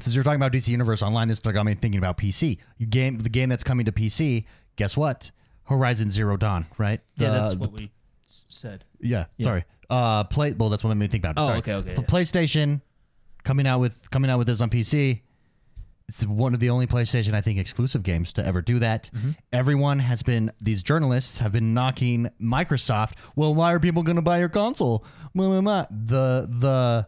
A: Since you're talking about DC Universe Online, this got me thinking about PC You game. The game that's coming to PC. Guess what? Horizon Zero Dawn. Right.
C: yeah,
A: The-
C: that's
A: Uh, the-
C: what we said.
A: yeah, Sorry. Uh, play. Well, that's what made me think about. It.
C: Oh,
A: sorry.
C: okay, okay,
A: P-
C: yeah.
A: PlayStation coming out with coming out with this on PC. It's one of the only PlayStation I think exclusive games to ever do that.
C: Mm-hmm.
A: Everyone has been these journalists have been knocking Microsoft. Well, why are people going to buy your console? Mwah, mwah, mwah. The the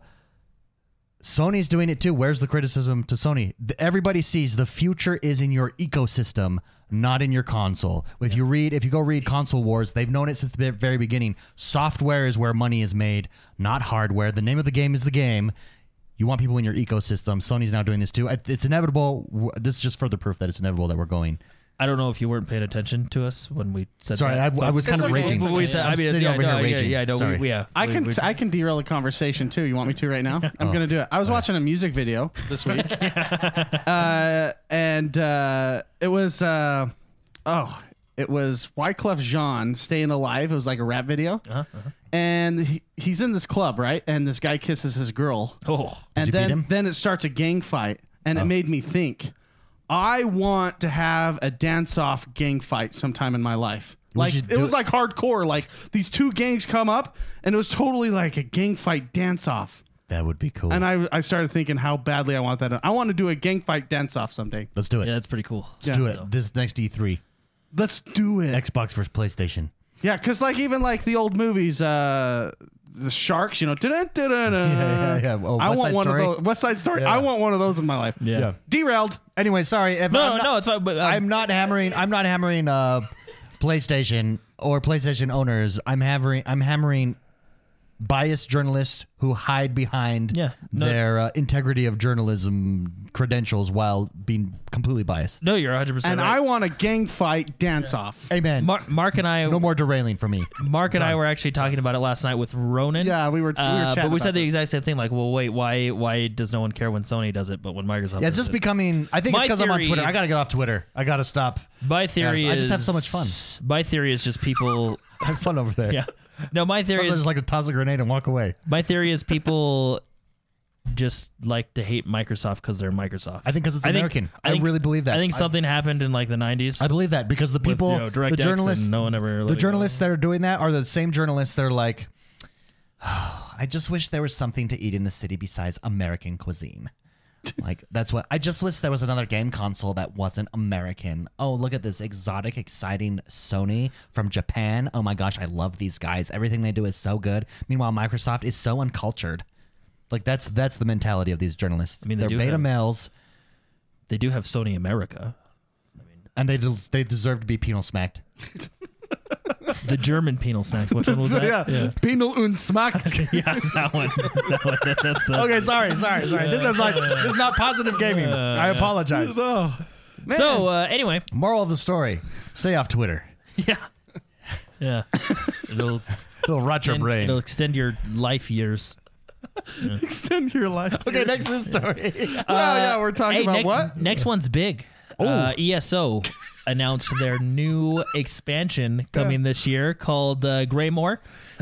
A: Sony's doing it too. Where's the criticism to Sony? The- Everybody sees the future is in your ecosystem, not in your console. If you read, if you go read Console Wars, they've known it since the very beginning. Software is where money is made, not hardware. The name of the game is the game. You want people in your ecosystem. Sony's now doing this too. It- It's inevitable. W- This is just further proof that it's inevitable that we're going.
C: I don't know if you weren't paying attention to us when we said
A: Sorry, I,
C: that.
A: I was kind
B: It's
A: of
B: okay,
A: raging.
B: it's okay.
A: I'm
B: We
C: I mean,
A: sitting
C: yeah,
A: over
C: no,
A: here raging.
C: Yeah, yeah, no,
A: Sorry.
C: We, yeah.
B: I
C: we-
B: can
C: we-
B: I can derail the conversation too. You want me to right now? I'm gonna do it. I was watching a music video this week, uh, and uh, it was uh, oh, it was Wyclef Jean "Staying Alive." It was like a rap video, and he, he's in this club, right? And this guy kisses his girl,
C: oh,
A: he
B: and
A: beat
B: then
A: him? Oh.
B: then it starts a gang fight, and it made me think. I want to have a dance-off gang fight sometime in my life. Like
A: should
B: it
A: do
B: was
A: it.
B: like hardcore. Like these two gangs come up, and it was totally like a gang fight dance-off.
A: That would be cool.
B: And I I started thinking how badly I want that. I want to do a gang fight dance-off someday.
A: Let's do it.
C: yeah, that's pretty cool.
A: Let's do it. This next E3,
B: Let's do it.
A: Xbox versus PlayStation.
B: Yeah, because like even like the old movies, uh, the sharks, you know, da-da, da-da, da.
A: Yeah, yeah, yeah. Oh,
B: I
A: West
B: want
A: Side
B: one
A: Story?
B: of those. West Side Story.
A: Yeah.
B: I want one of those in my life.
C: Yeah.
A: Yeah.
B: Derailed.
A: Anyway, sorry. If
C: No,
A: I'm not,
C: no, it's fine. But, um,
A: I'm not hammering. I'm not hammering uh, PlayStation or PlayStation owners. I'm hammering. I'm hammering biased journalists who hide behind
C: Yeah, no-
A: their uh, integrity of journalism credentials while being completely biased.
C: No, you're 100. percent
B: And I want a gang fight dance off.
A: Amen.
C: Mar- Mark and I,
A: no more derailing for me.
C: Mark and I were actually talking about it last night with Ronan.
B: Yeah, we were- we were
C: Uh, but
B: chatting
C: we
B: about
C: said the
B: this.
C: exact same thing. Like, well, wait, why? Why does no one care when Sony does it, but when Microsoft?
A: Yeah,
C: does
A: it's just
C: it?
A: becoming. I think it's
C: My
A: because I'm on
C: theory-
A: Twitter. I gotta get off Twitter. I gotta stop.
C: My theory
A: Yeah, I just
C: is
A: have so much fun.
C: My theory is just people.
A: Have fun over there.
C: yeah. No, my theory
A: Sometimes
C: is
A: it's like to toss a grenade and walk away.
C: my theory is people just like to hate Microsoft because they're Microsoft.
A: I think because it's American. I,
C: think-
A: really believe that.
C: I think something happened in like the 90s.
A: I believe that because the
C: with,
A: people,
C: you know, DirectX
A: the journalists,
C: and no one ever. let
A: the
C: it go.
A: journalists that are doing that are the same journalists that are like, I just wish there was something to eat in the city besides American cuisine. like that's what I just wish there was another game console that wasn't American. Oh, look at this exotic, exciting Sony from Japan. Oh my gosh, I love these guys. Everything they do is so good. Meanwhile, Microsoft is so uncultured. Like that's that's the mentality of these journalists.
C: mean, they
A: are
C: do
A: beta
C: have-
A: males,
C: They do have Sony America.
A: and they del they deserve to be penal smacked.
C: The German penal snack. Which one was that?
B: yeah. Penal und smacked.
C: Yeah, that one. That one. That's the.
A: Okay, sorry, sorry, sorry. This is like this is not positive gaming. I apologize.
C: So uh, anyway,
A: Moral of the story: Stay off Twitter.
C: yeah, yeah. It'll
A: It'll rot your
C: extend,
A: brain.
C: it'll extend your life years.
B: Extend your life.
A: Okay, next is the story.
B: well, yeah, we're talking
C: Uh, Hey,
B: about
C: next,
B: what?
C: Next one's big. Uh, ESO announced their new expansion coming this year called uh, Graymore.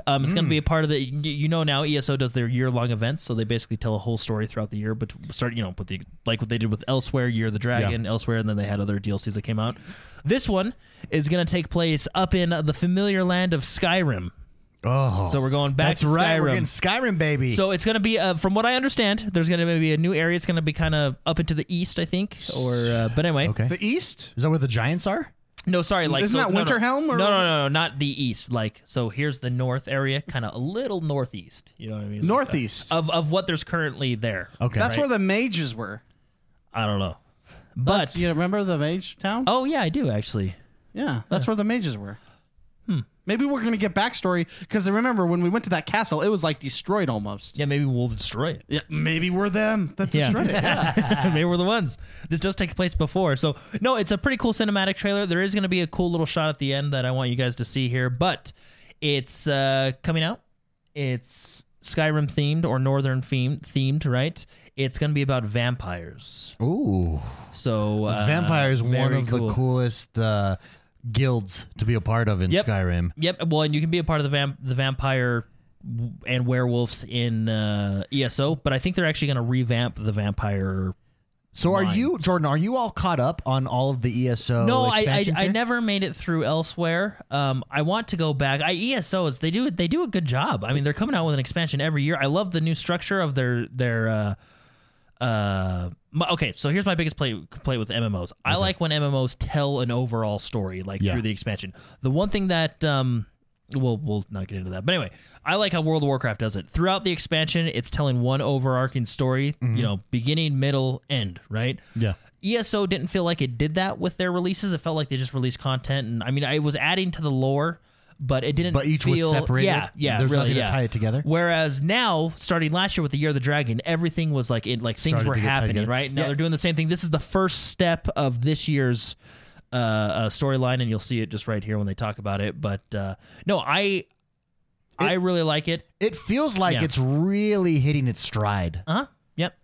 C: Um,
B: Mm.
C: it's going to be a part of the. You, you know now ESO does their year long events, so they basically tell a whole story throughout the year. But start you know with the like what they did with Elsewhere, Year of the Dragon, Elsewhere, and then they had other DLCs that came out. This one is going to take place up in the familiar land of Skyrim.
A: Oh,
C: So we're going back
A: that's
C: to
A: right.
C: Skyrim.
A: We're getting Skyrim, baby.
C: So it's going to be, uh, from what I understand, there's going to be a new area. It's going to be kind of up into the east, I think. Or, uh, but anyway,
A: okay,
B: The East?
A: is that where the giants are?
C: no, sorry, like
B: Isn't
C: so-
B: that
C: no, no.
B: Winterhelm or-
C: No, no, no, no, not the east. Like, so here's the north area, kind of a little northeast. You know what I mean? It's like
B: Northeast.
C: that. of of what there's currently there.
A: Okay,
B: That's
A: right.
B: where the mages were.
C: I don't know, but
B: You remember the mage town?
C: oh yeah, I do actually.
B: Yeah, Hmm. that's where the mages were. Maybe we're gonna get backstory because remember when we went to that castle, it was like destroyed almost.
C: Yeah, maybe we'll destroy it.
B: Yeah, maybe we're them that
C: Yeah.
B: destroyed it. Yeah.
C: Maybe we're the ones. This does take place before. So, no, it's a pretty cool cinematic trailer. There is going to be a cool little shot at the end that I want you guys to see here, but it's uh, coming out. It's Skyrim themed or Northern theme- themed, right? It's going to be about vampires.
A: Ooh,
C: So, uh,
A: vampire is one
C: very
A: of
C: cool.
A: the coolest uh, guilds to be a part of in
C: Yep.
A: Skyrim.
C: Yep. Well, and you can be a part of the vamp- the vampire w- and werewolves in uh, ESO, but I think they're actually going to revamp the vampire
A: So are you, Jordan? Are you all caught up on all of the ESO?
C: No, I, I
A: uh, expansions
C: I
A: here?
C: never made it through elsewhere. Um, I want to go back. I ESOs they do they do a good job. I mean, they're coming out with an expansion every year. I love the new structure of their their. Uh, uh, my, okay, so here's my biggest play play with MMOs. I like when MMOs tell an overall story, like
A: Yeah.
C: through the expansion. The one thing that um, we'll we'll not get into that, but anyway, I like how World of Warcraft does it. Throughout the expansion, it's telling one overarching story.
A: Mm-hmm.
C: You know, beginning, middle, end, right?
A: Yeah.
C: ESO E didn't feel like it did that with their releases. It felt like they just released content, and I mean, I was adding to the lore, but it didn't.
A: But each was
C: feel,
A: separated?
C: Yeah, yeah.
A: There's
C: really,
A: nothing to
C: yeah.
A: tie it together?
C: Whereas now, starting last year with the Year of the Dragon, everything was like it, like things
A: Started
C: were
A: to get tied
C: happening,
A: together.
C: right? Now
A: Yeah.
C: they're doing the same thing. This is the first step of this year's uh, uh, storyline, and you'll see it just right here when they talk about it. But uh, no, I, I really like it.
A: It feels like
C: Yeah.
A: it's really hitting its stride.
C: Uh huh. Yep.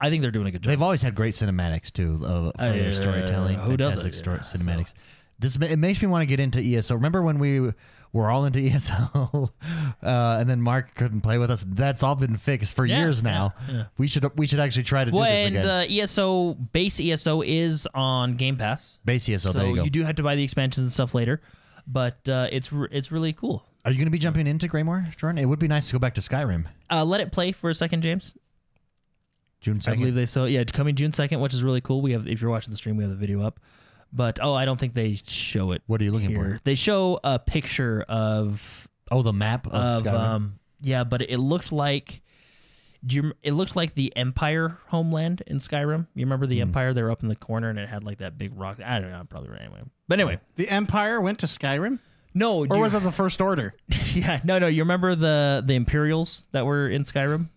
C: I think they're doing a good job.
A: They've always had great cinematics too uh, for
C: Oh, yeah,
A: their storytelling.
C: who doesn't?
A: Fantastic
C: Yeah,
A: Sto- cinematics. This ma- it makes me want to get into ESO. Remember when we were all into ESO, uh, and then Mark couldn't play with us. That's all been fixed for
C: Yeah,
A: years now. We should we should actually try to do
C: Well,
A: this
C: and
A: again.
C: uh, ESO base ESO is on Game Pass,
A: Base ESO.
C: so
A: Oh, there you go.
C: you, do have to buy the expansions and stuff later, but uh, it's re- it's really cool.
A: Are you going to be jumping into Greymore, Jordan? It would be nice to go back to Skyrim.
C: Uh, let it play for a second, James.
A: June
C: I believe
A: second.
C: they so yeah coming June second, which is really cool. We have if you're watching the stream, we have the video up, but oh, I don't think they show it.
A: What are you looking
C: here.
A: for?
C: They show a picture of
A: Oh, the map of,
C: of
A: Skyrim.
C: um yeah, but it looked like. Do you, rem- it looked like the Empire homeland in Skyrim. You remember
A: Hmm.
C: the Empire? They were up in the corner and it had like that big rock. I don't know. Probably right anyway. But anyway,
B: The Empire went to Skyrim.
C: No,
B: Or was it the first order?
C: yeah, no, no. You remember the the Imperials that were in Skyrim?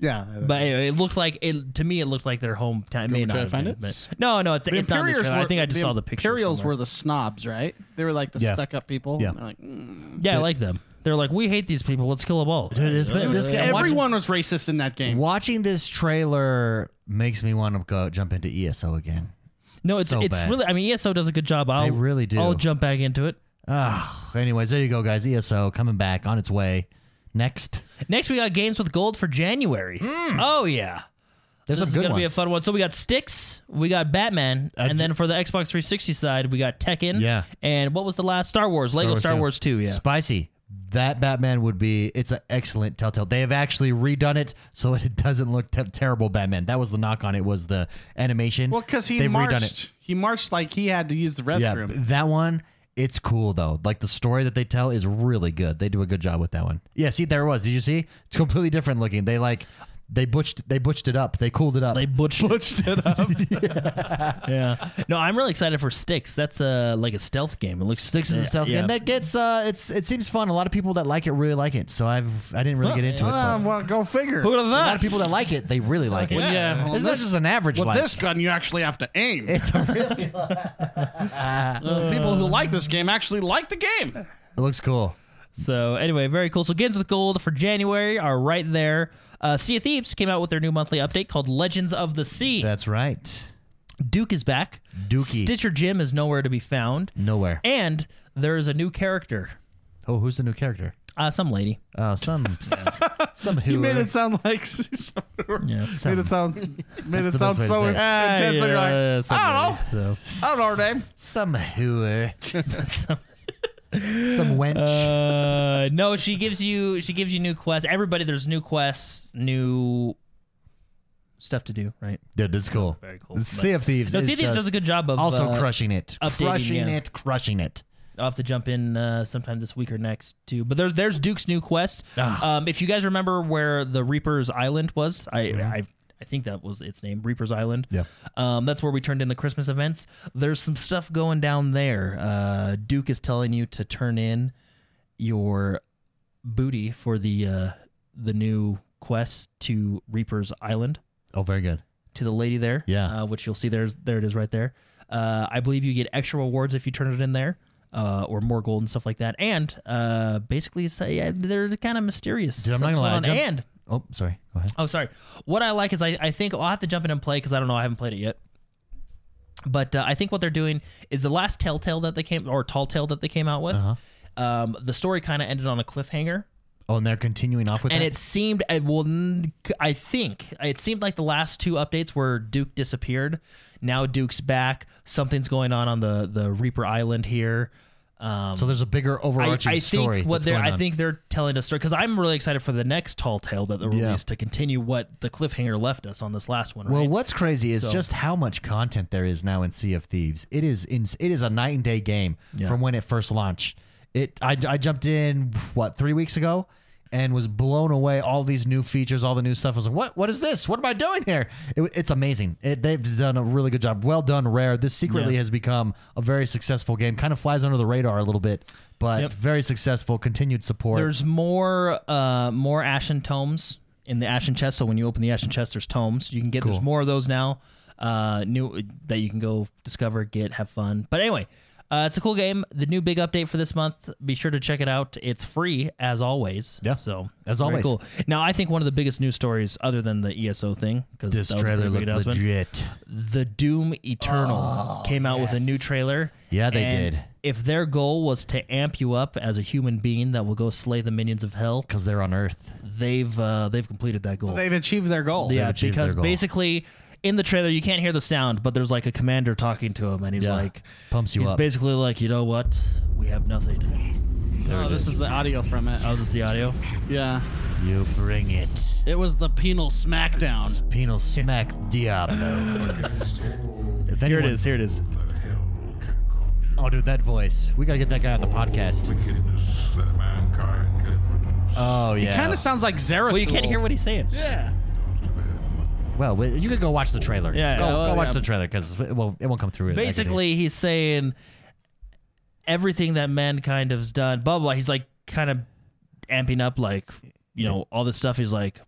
B: Yeah. I don't
C: But anyway, it looked like it to me. It looked like their hometown. It may
B: want me
C: not
B: to
C: have
B: find
C: been,
B: it?
C: but- no, no, it's
B: The
C: it's not. in the
B: Imperials
C: trailer. I think I just
B: the
C: saw the picture.
B: Imperials
C: somewhere.
B: were the snobs, right? They were like the
A: Yeah.
B: stuck up people.
A: Yeah.
B: They're Like, mm.
C: yeah, I like them. They're like, we hate these people. Let's kill them all.
A: Dude, it's been- this guy- watching-
B: Everyone was racist in that game.
A: Watching this trailer makes me want to go jump into ESO again.
C: no, it's
A: so
C: it's
A: bad.
C: really. I mean, ESO does a good job. I'll,
A: really do.
C: I'll jump back into it.
A: Ah, anyways, there you go, guys. ESO coming back on its way. Next,
C: Next, we got games with gold for January. Oh yeah,
A: there's
C: this
A: some
C: is
A: Mm. good
C: gonna
A: ones.
C: be a fun one. So we got Sticks, we got Batman,
A: Uh, j-
C: and then for the Xbox 360 side, we got Tekken.
A: Yeah.
C: and what was the last Star Wars? Lego
A: Wars
C: Star
A: 2.
C: Wars Two. Yeah.
A: Spicy. That Batman would be. It's an excellent Telltale. They have actually redone it so it doesn't look te- terrible. Batman. That was the knock on it was the animation.
B: Well, because he
A: they've redone it.
B: marched. He marched like he had to use the
A: Yeah,
B: restroom.
A: that one. It's cool though. Like the story that they tell is really good. They do a good job with that one. Yeah. See, there it was. Did you see? It's completely different looking. They like they butched they butched it up. They cooled it up.
C: They butchered, it up. yeah. No, I'm really excited for Sticks. That's uh, like a stealth game. It looks
A: Sticks is a stealth
C: yeah.
A: game that gets uh, it's it seems fun. A lot of people that like it really like it. So I've I didn't really get into it.
B: Ah,
A: but
B: well, go figure.
C: Who would've
A: a lot of
C: thought?
A: people that like it, they really like it.
C: Well, yeah.
B: Well,
A: It's not
B: this-
A: just an average
B: With
A: like.
B: this gun, you actually have to aim.
A: It's a real-
B: The people who like this game actually like the game.
A: It looks cool.
C: So anyway, very cool. So games with gold for January are right there. Uh, sea of Thieves came out with their new monthly update called Legends of the Sea.
A: That's right.
C: Duke is back.
A: Dookie.
C: Stitcher Jim is nowhere to be found.
A: Nowhere.
C: And there is a new character.
A: Oh, who's the new character?
C: Uh, some lady.
A: Oh, some s- some who
B: You made it sound like made
C: Yeah.
A: some,
B: it sound made
A: That's
B: it Ah,
A: the best way
B: sound
A: to say
B: so
A: it.
B: intense. that you're like,
A: uh,
C: yeah,
B: I
C: some lady, so.
B: don't know. I don't know her name.
A: some whore, some wench.
C: Uh, no, she gives you she gives you new quests. Everybody, there's new quests, new stuff to do. Right.
A: Dude, that's cool.
C: Very cool.
A: Sea of Thieves.
C: No,
A: is
C: Sea of Thieves
A: just
C: does a good job of
A: also
C: uh,
A: crushing it,
C: updating,
A: crushing
C: yeah.
A: it, crushing it.
C: I'll have to jump in uh, sometime this week or next too. But there's there's Duke's new quest.
A: Ah.
C: Um, if you guys remember where the Reaper's Island was, I
A: Mm-hmm.
C: I. I think that was its name, Reaper's Island.
A: Yeah.
C: Um, that's where we turned in the Christmas events. There's some stuff going down there. Uh, Duke is telling you to turn in your booty for the uh, the new quest to Reaper's Island
A: Oh, very good.
C: to the lady there.
A: Yeah.
C: Uh, which you'll see there's there it is right there. Uh, I believe you get extra rewards if you turn it in there, uh, or more gold and stuff like that. And uh, basically, it's, uh, yeah, they're kind of mysterious.
A: Dude, I'm not gonna lie, I
C: Hold on.
A: jumped-
C: And
A: Oh, sorry. Go ahead.
C: oh, sorry. What I like is I, I think I'll have to jump in and play because I don't know I haven't played it yet. But uh, I think what they're doing is the last Telltale that they came or Tall Tale that they came out with.
A: Uh-huh.
C: Um, the story kind of ended on a cliffhanger
A: Oh, and they're continuing off with
C: and
A: that?
C: it seemed it will i think it seemed like the last two updates where duke disappeared now duke's back something's going on on the the reaper island here um
A: So there's a bigger
C: I,
A: overarching
C: I
A: story.
C: think what
A: that's
C: they're
A: going
C: I
A: on.
C: think they're telling a story because I'm really excited for the next tall tale that they
A: Yeah.
C: released to continue what the cliffhanger left us on this last one. Right?
A: Well, what's crazy is
C: So-
A: just how much content there is now in Sea of Thieves. It is in, it is a night and day game from when it first launched. It I, I jumped in what three weeks ago and was blown away. All these new features, all the new stuff. I was like, what What is this? What am I doing here? It, it's amazing. It, they've done a really good job. Well done, Rare. This secretly has become a very successful game. Kind of flies under the radar a little bit, but
C: Yep.
A: very successful. Continued support.
C: There's more uh more ashen tomes in the ashen chest. So when you open the ashen chest, there's tomes. You can get there's more of those now. Uh, new that you can go discover, get, have fun. But anyway, uh, it's a cool game. The new big update for this month. Be sure to check it out. It's free as always.
A: Yeah.
C: So
A: As
C: very
A: always.
C: cool. Now I think one of the biggest news stories, other than the ESO thing, because
A: this trailer looked legit.
C: the Doom Eternal came out with a new trailer.
A: Oh, Yeah, they
C: And
A: did.
C: If their goal was to amp you up as a human being that will go slay the minions of hell,
A: Because they're on Earth.
C: they've uh, they've completed that goal.
B: They've achieved their goal.
C: yeah,
A: achieved
C: because
A: their goal.
C: basically in the trailer you can't hear the sound, but there's like a commander talking to him, and he's
A: Yeah.
C: like,
A: Pumps you
C: he's
A: up.
C: basically like, you know what, we have nothing.
B: Oh, this is the audio from it.
C: Oh, is this the audio?
B: Yeah.
A: You bring it.
B: It was the penal smackdown.
A: Penal smack Diablo. if
C: Here
A: anyone,
C: it is. Here it is.
A: Oh, dude, that voice. We gotta get that guy on the podcast.
D: wickedness that mankind can produce.
A: Oh yeah.
B: Kind of sounds like Zeratul.
C: Well, you can't hear what he's saying.
B: Yeah.
A: well, we- you could go watch the trailer.
C: Yeah,
A: Go,
C: yeah,
A: go
B: well,
A: watch
B: yeah.
A: the trailer because it won't, it won't come through. like it did.
C: Basically, he's saying everything that mankind has done, blah, blah, blah. He's like kind of amping up, like, you know, all this stuff. He's like,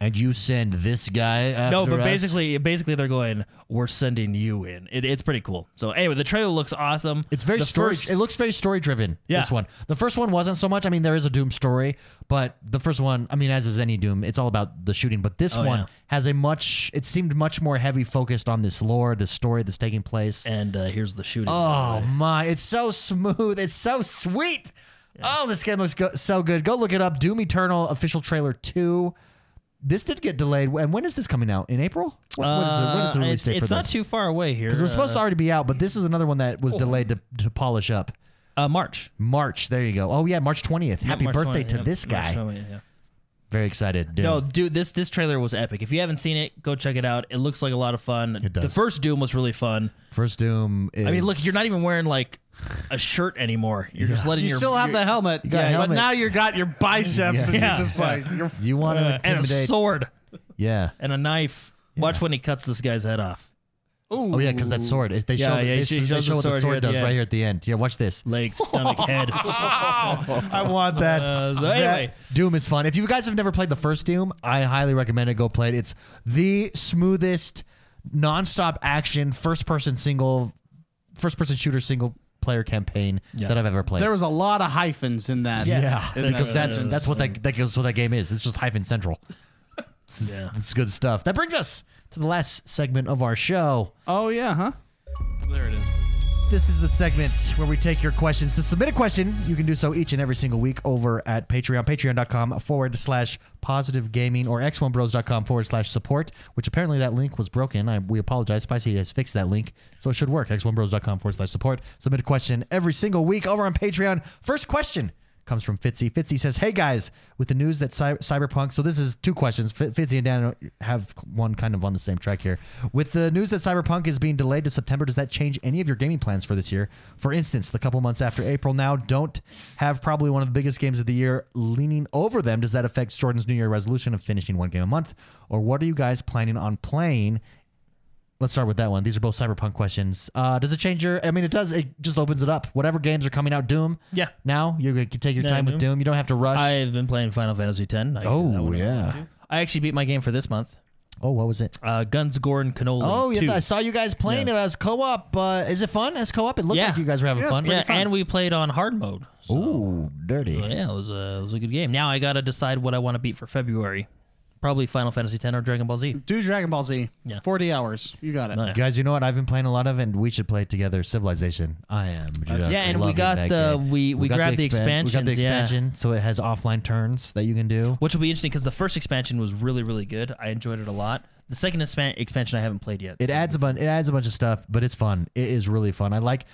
E: And you send this guy after
C: no, but
E: us?
C: basically, basically they're going, we're sending you in. It, it's pretty cool. So anyway, the trailer looks awesome.
A: It's very
C: the
A: story.
C: first-
A: it looks very story driven.
C: Yeah.
A: This one, the first one wasn't so much. I mean, there is a Doom story, but the first one, I mean, as is any Doom, it's all about the shooting. But this
C: Oh,
A: one
C: yeah.
A: has a much. It seemed much more heavy focused on this lore, this story that's taking place.
C: and uh, here's the shooting.
A: Oh my! It's so smooth. It's so sweet. Oh, this game looks go- so good. Go look it up. Doom Eternal official trailer two. This did get delayed. And when is this coming out? In April? What, what is the, when is the
C: Uh,
A: release
C: it's,
A: date for
C: it's not
A: this?
C: too Oh. far away here.
A: Because it was supposed to
C: uh,
A: already be out, but this is another one that was delayed to, to polish up.
C: uh, March.
A: March. There you go. Oh yeah, March twentieth. Happy
C: March
A: birthday
C: 20,
A: to
C: yeah,
A: this
C: March
A: guy.
C: 20, yeah.
A: Very excited. Dude.
C: No, dude, this this trailer was epic. If you haven't seen it, go check it out. It looks like a lot of fun.
A: It does.
C: The first Doom was really fun.
A: First Doom. Is,
C: I mean, look, you're not even wearing like a shirt anymore. You're just letting
B: You
C: your
B: still have
C: your-
B: the helmet,
A: got a
B: but
A: helmet.
B: now you got your biceps, and
C: Yeah.
B: you're just like you're
A: You want to
C: uh, and a
A: intimidate?
C: sword
A: yeah.
C: and a knife. Watch when he cuts this guy's head off.
A: Oh yeah, because that sword. They show.
C: Yeah, yeah,
A: they,
C: she
A: they
C: shows
A: show
C: the
A: what the
C: sword
A: sword
C: here at the
A: does
C: end.
A: right here at the end. Yeah, watch this.
C: Legs, stomach, head.
A: I want that.
C: Uh, so
A: That
C: anyway.
A: Doom is fun. If you guys have never played the first Doom, I highly recommend it. Go play it. It's the smoothest, nonstop action, first person single, first person shooter single player campaign that I've ever played.
B: There was a lot of hyphens in that.
A: yeah,
B: In that
A: because that's
B: sentence.
A: that's what that that goes what that game is. It's just hyphen central. It's, it's-
C: Yeah.
A: it's good stuff. That brings us to the last segment of our show.
B: Oh yeah, huh?
C: There it is.
A: This is the segment where we take your questions. To submit a question, you can do so each and every single week over at Patreon, patreon.com forward slash positive gaming or x1bros.com forward slash support, which apparently that link was broken. I, we apologize. Spicy has fixed that link, so it should work. x1bros.com forward slash support. Submit a question every single week over on Patreon. First question comes from Fitzy. Fitzy says, Hey guys, with the news that cy- Cyberpunk, so this is two questions. F- Fitzy and Dan have one kind of on the same track here. With the news that Cyberpunk is being delayed to September, does that change any of your gaming plans for this year? For instance, the couple months after April now don't have probably one of the biggest games of the year leaning over them. Does that affect Jordan's New Year resolution of finishing one game a month? Or what are you guys planning on playing Let's start with that one. These are both cyberpunk questions. Uh, does it change your? I mean, it does. It just opens it up. Whatever games are coming out, Doom.
C: Yeah.
A: Now you can take your
C: Yeah,
A: time with
C: Doom.
A: Doom. You don't have to rush.
C: I've been playing Final Fantasy X. I- that one-
E: yeah.
C: I actually beat my game for this month.
A: oh, what was it?
C: Uh, Guns, Gore, and Cannoli.
A: Oh,
C: two.
A: yeah, I saw you guys playing it as co-op. Uh, is it fun as co-op? It looked
C: Yeah.
A: like you guys were having
B: Yeah, it's
A: fun.
B: pretty
C: yeah, and we played on hard mode. So,
A: Ooh, dirty.
C: yeah, it was a it was a good game. Now I gotta decide what I want to beat for February. Probably Final Fantasy X or Dragon Ball Z.
B: Do Dragon Ball Z.
C: Yeah.
B: Forty hours. You got it.
C: No, yeah.
A: Guys, you know what? I've been playing a lot of, and we should play it together. Civilization. I am just
C: Yeah, and we
A: loving
C: got
A: that
C: the-
A: game.
C: we- we
A: got
C: grabbed the
A: expan- We got the
C: expansions, yeah.
A: expansion, so it has offline turns that you can do.
C: Which will be interesting because the first expansion was really really good. I enjoyed it a lot. The second expan- expansion I haven't played yet.
A: It adds a bunch. It adds a bunch of stuff, but it's fun. It is really fun. I like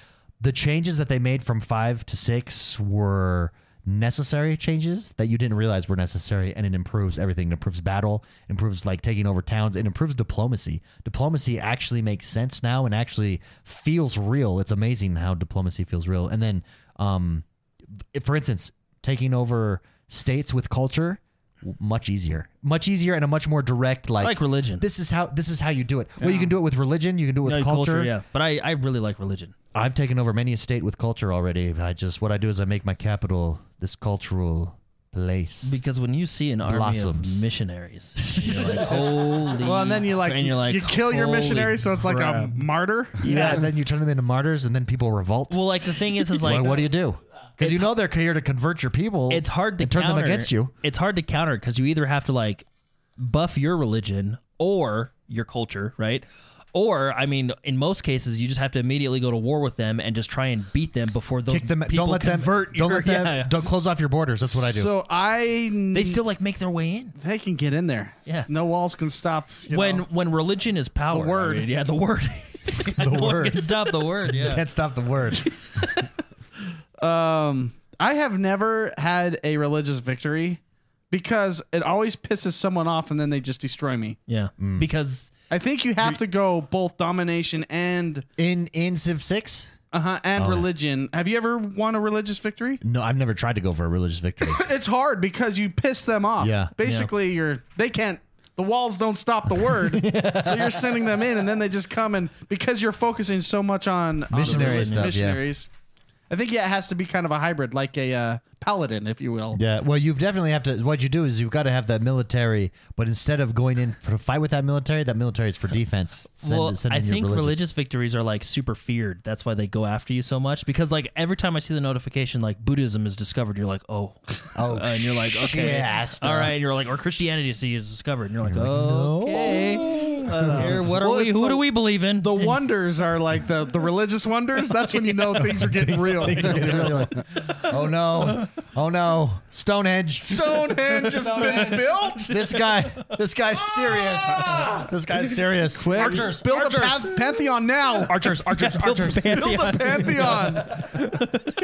A: the changes that they made from five to six were necessary changes that you didn't realize were necessary, and it improves everything. It improves battle, improves like taking over towns, it improves diplomacy. Diplomacy actually makes sense now and actually feels real. It's amazing how diplomacy feels real. And then, um, if- for instance, taking over states with culture. w- Much easier, much easier, and a much more direct like
C: like religion.
A: this is how this is how you do it. Well, you can do it with religion. You can do it with
C: Yeah,
A: culture.
C: yeah. But I, I really like religion.
A: I've taken over many a state with culture already. I just what I do is I make my capital this cultural place.
C: Because when you see an army
A: Blossoms.
C: of missionaries, and you're like, holy.
B: Well, and then you like,
C: and you're like
B: you kill your
C: "Holy
B: missionary, so it's like a
C: crap."
B: martyr.
A: yeah, and then you turn them into martyrs, and then people revolt.
C: Well, like the thing is, is
A: Well,
C: like
A: what do you do? Because you know they're here to convert your people.
C: it's hard to
A: and turn
C: counter.
A: them against you.
C: It's hard to counter because you either have to like buff your religion or your culture, right? Or I mean, in most cases, you just have to immediately go to war with them and just try and beat them before those
A: Kick them.
C: people
A: Don't let them.
C: convert.
A: don't
C: your-
A: let them.
C: yeah.
A: Don't close off your borders. That's what I do.
B: So I
C: They still like make their way in
B: they can get in there.
C: Yeah.
B: No walls can stop. you
C: when
B: know.
C: when religion is power. I
B: word.
C: mean, yeah, the word. the
A: word.
C: can stop the word. Yeah.
A: Can't stop the word.
B: Um, I have never had a religious victory because it always pisses someone off, and then they just destroy me.
C: Yeah. Because
B: I think you have to go both domination and
A: In in Civ six.
B: uh huh
A: Oh,
B: and religion. Have you ever won a religious victory?
A: No, I've never tried to go for a religious victory.
B: It's hard because you piss them off.
A: Yeah.
B: Basically, you're they can't. The walls don't stop the word, so you're sending them in, and then they just come and because you're focusing so much on on
A: Missionary
B: religion,
A: stuff, yeah.
B: missionaries. I I think yeah, it has to be kind of a hybrid, like a uh, paladin, if you will.
A: Yeah, well, you've definitely have to. What you do is you've got to have that military, but instead of going in for to fight with that military, that military is for defense. Send,
C: well,
A: send
C: I
A: in your
C: think religious. victories are like super feared. That's why they go after you so much. Because like every time I see the notification, like Buddhism is discovered, you're like, oh,
A: Oh,
C: and you're like, okay,
A: shit.
C: all right. And you're like, or Christianity is discovered, and you're like, okay, uh, here, what are
B: Well,
C: we?
B: it's
C: Who
B: the-
C: do we believe in?
B: The
C: And-
B: wonders are like the the religious wonders. That's when you know things are getting real.
A: Things are getting real. oh no! Oh no! Stonehenge.
B: Stonehenge has been built. Ah!
A: This guy. This guy's serious. This guy's serious. Quick.
B: Archers, build a path- pantheon now.
A: Archers, archers,
C: Built the
A: archers.
B: Build
C: pantheon.
B: a pantheon.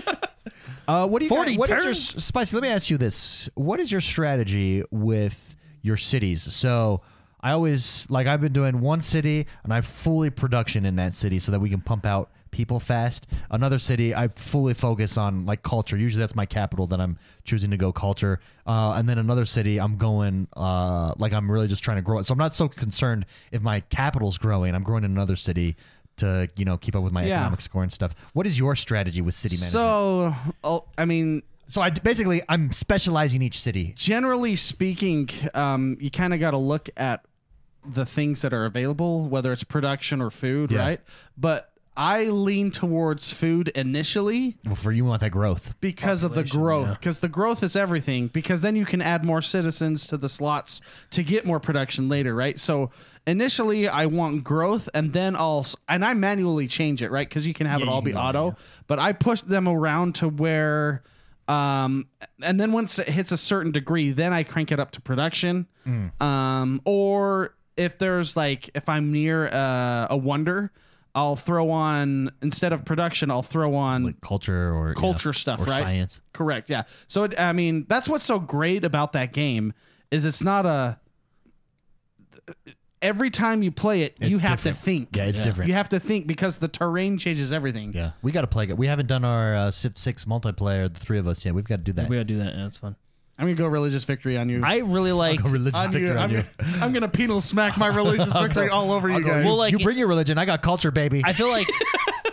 A: Uh, what do you?
C: 40
A: guys- what is your
C: turns.
A: spicy? Let me ask you this: What is your strategy with your cities? So I always like I've been doing one city, and I fully production in that city so that we can pump out people fast. Another city, I fully focus on like culture. Usually that's my capital that I'm choosing to go culture, uh, and then another city I'm going uh, like I'm really just trying to grow it. So I'm not so concerned if my capital's growing. I'm growing in another city. To you know, keep up with my
B: Yeah.
A: economic score and stuff. What is your strategy with city management?
B: So, oh, I mean,
A: So I basically I'm specializing each city.
B: generally speaking, um, you kind of got to look at the things that are available, whether it's production or food,
A: Yeah.
B: right? But I lean towards food initially
A: Well, for you, we want that growth.
B: because of the growth, because the growth is everything. Because then you can add more citizens to the slots to get more production later, right? So initially, I want growth, and then I'll s- and I manually change it, right? Because you can have it all be auto, but I push them around to where. Um, and then once it hits a certain degree, then I crank it up to production. Um, or if there's like if I'm near uh, a wonder, I'll throw on instead of production, I'll throw on
A: Culture or
B: culture stuff,
A: or
B: right?
A: Science.
B: Correct. Yeah. So it, I mean, that's what's so great about that game is it's not a. Every time you play it, you have
A: different.
B: to think.
A: Yeah, it's different.
B: You have to think because the terrain changes everything.
A: Yeah, we got to play it. We haven't done our uh, Civ Six multiplayer, the three of us yet. We've got to do that.
C: We gotta do that. Yeah, that's fun.
B: I'm gonna go religious victory on you.
C: I really like.
A: a religious
B: on
A: victory
B: you.
A: on
B: I'm,
A: you.
B: I'm gonna penal smack my religious victory all over you guys.
C: Well, like-
A: you bring your religion. I got culture, baby.
C: I feel like.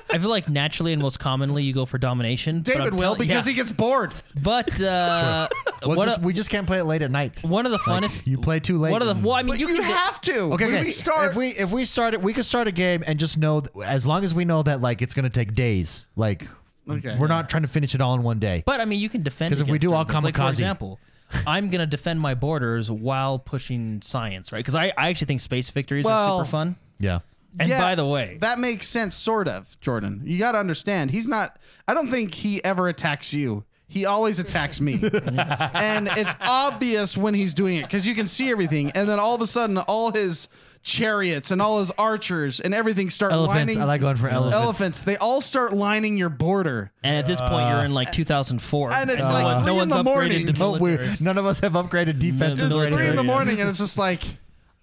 C: I feel like naturally and most commonly you go for domination. but
B: David
C: I'm
B: will
C: telling-
B: because
C: yeah.
B: he gets bored.
C: But uh,
A: well,
C: what
A: just,
C: a-
A: we just can't play it late at night.
C: one of the funnest.
A: You play too late.
C: one of the.
A: and-
C: Well, I mean, you,
B: You
C: can get-
B: have to.
A: Okay,
B: When
A: okay.
B: We start.
A: If we if we start it, we could start a game and just know th- as long as we know that like it's gonna take days. Like
B: Okay.
A: we're not trying to finish it all in one day.
C: But I mean, you can defend
A: 'Cause if we
C: against
A: do all
C: certain things. like, for
A: kamikaze.
C: example, I'm gonna defend my borders while pushing science, right? Because I, I actually think space victories
B: Well-
C: are super fun.
A: yeah.
C: And
B: Yeah,
C: by the way,
B: that makes sense, sort of, Jordan. You got to understand, he's not. I don't think he ever attacks you. He always attacks me, and it's obvious when he's doing it because you can see everything. And then all of a sudden, all his chariots and all his archers and everything start
A: Elephants.
B: lining.
A: I like going for elephants.
B: elephants. They all start lining your border.
C: and at this point, you're in like 2004,
B: Uh, and it's
C: no
B: like
C: one-
B: three
C: Uh, no
B: in
C: one's
B: the
C: upgraded
B: morning.
C: to
A: No, we,
C: military.
A: none of us have upgraded defenses
C: It's
A: or
C: three in
A: anything.
B: Three in the
C: Yeah.
B: morning, and it's just like,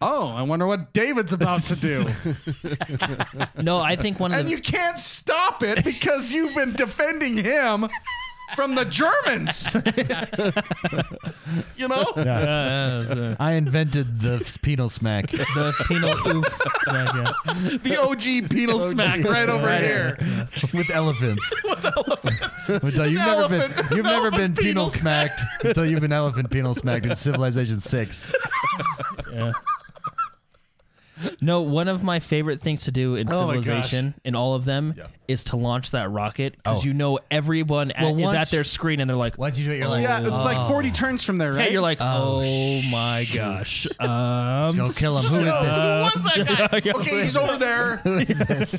B: oh, I wonder what David's about to do.
C: No, I think one of
B: and
C: the
B: you can't stop it because you've been defending him from the Germans. you know?
A: I invented the penal smack.
C: the penal oof smack, yeah.
B: The OG penal smack right over here.
A: with elephants. with elephants. Until you've never
B: Elephant-
A: been you've never been
B: elephant
A: penal
B: penal
A: smacked until you've been elephant penal smacked in Civilization Six.
C: No, one of my favorite things to do in
B: Oh my gosh.
C: Civilization, in all of them, is to launch that rocket because
A: Oh.
C: you know everyone at,
A: Well,
C: is
A: once-
C: at their screen and they're like,
A: Once you do it, you're like, "Oh."
B: Yeah, it's like 40 turns from there, right?
C: Hey, you're like, oh, my gosh. Um,
A: go kill him. Who is this?
B: who was that guy? Okay, he's over there.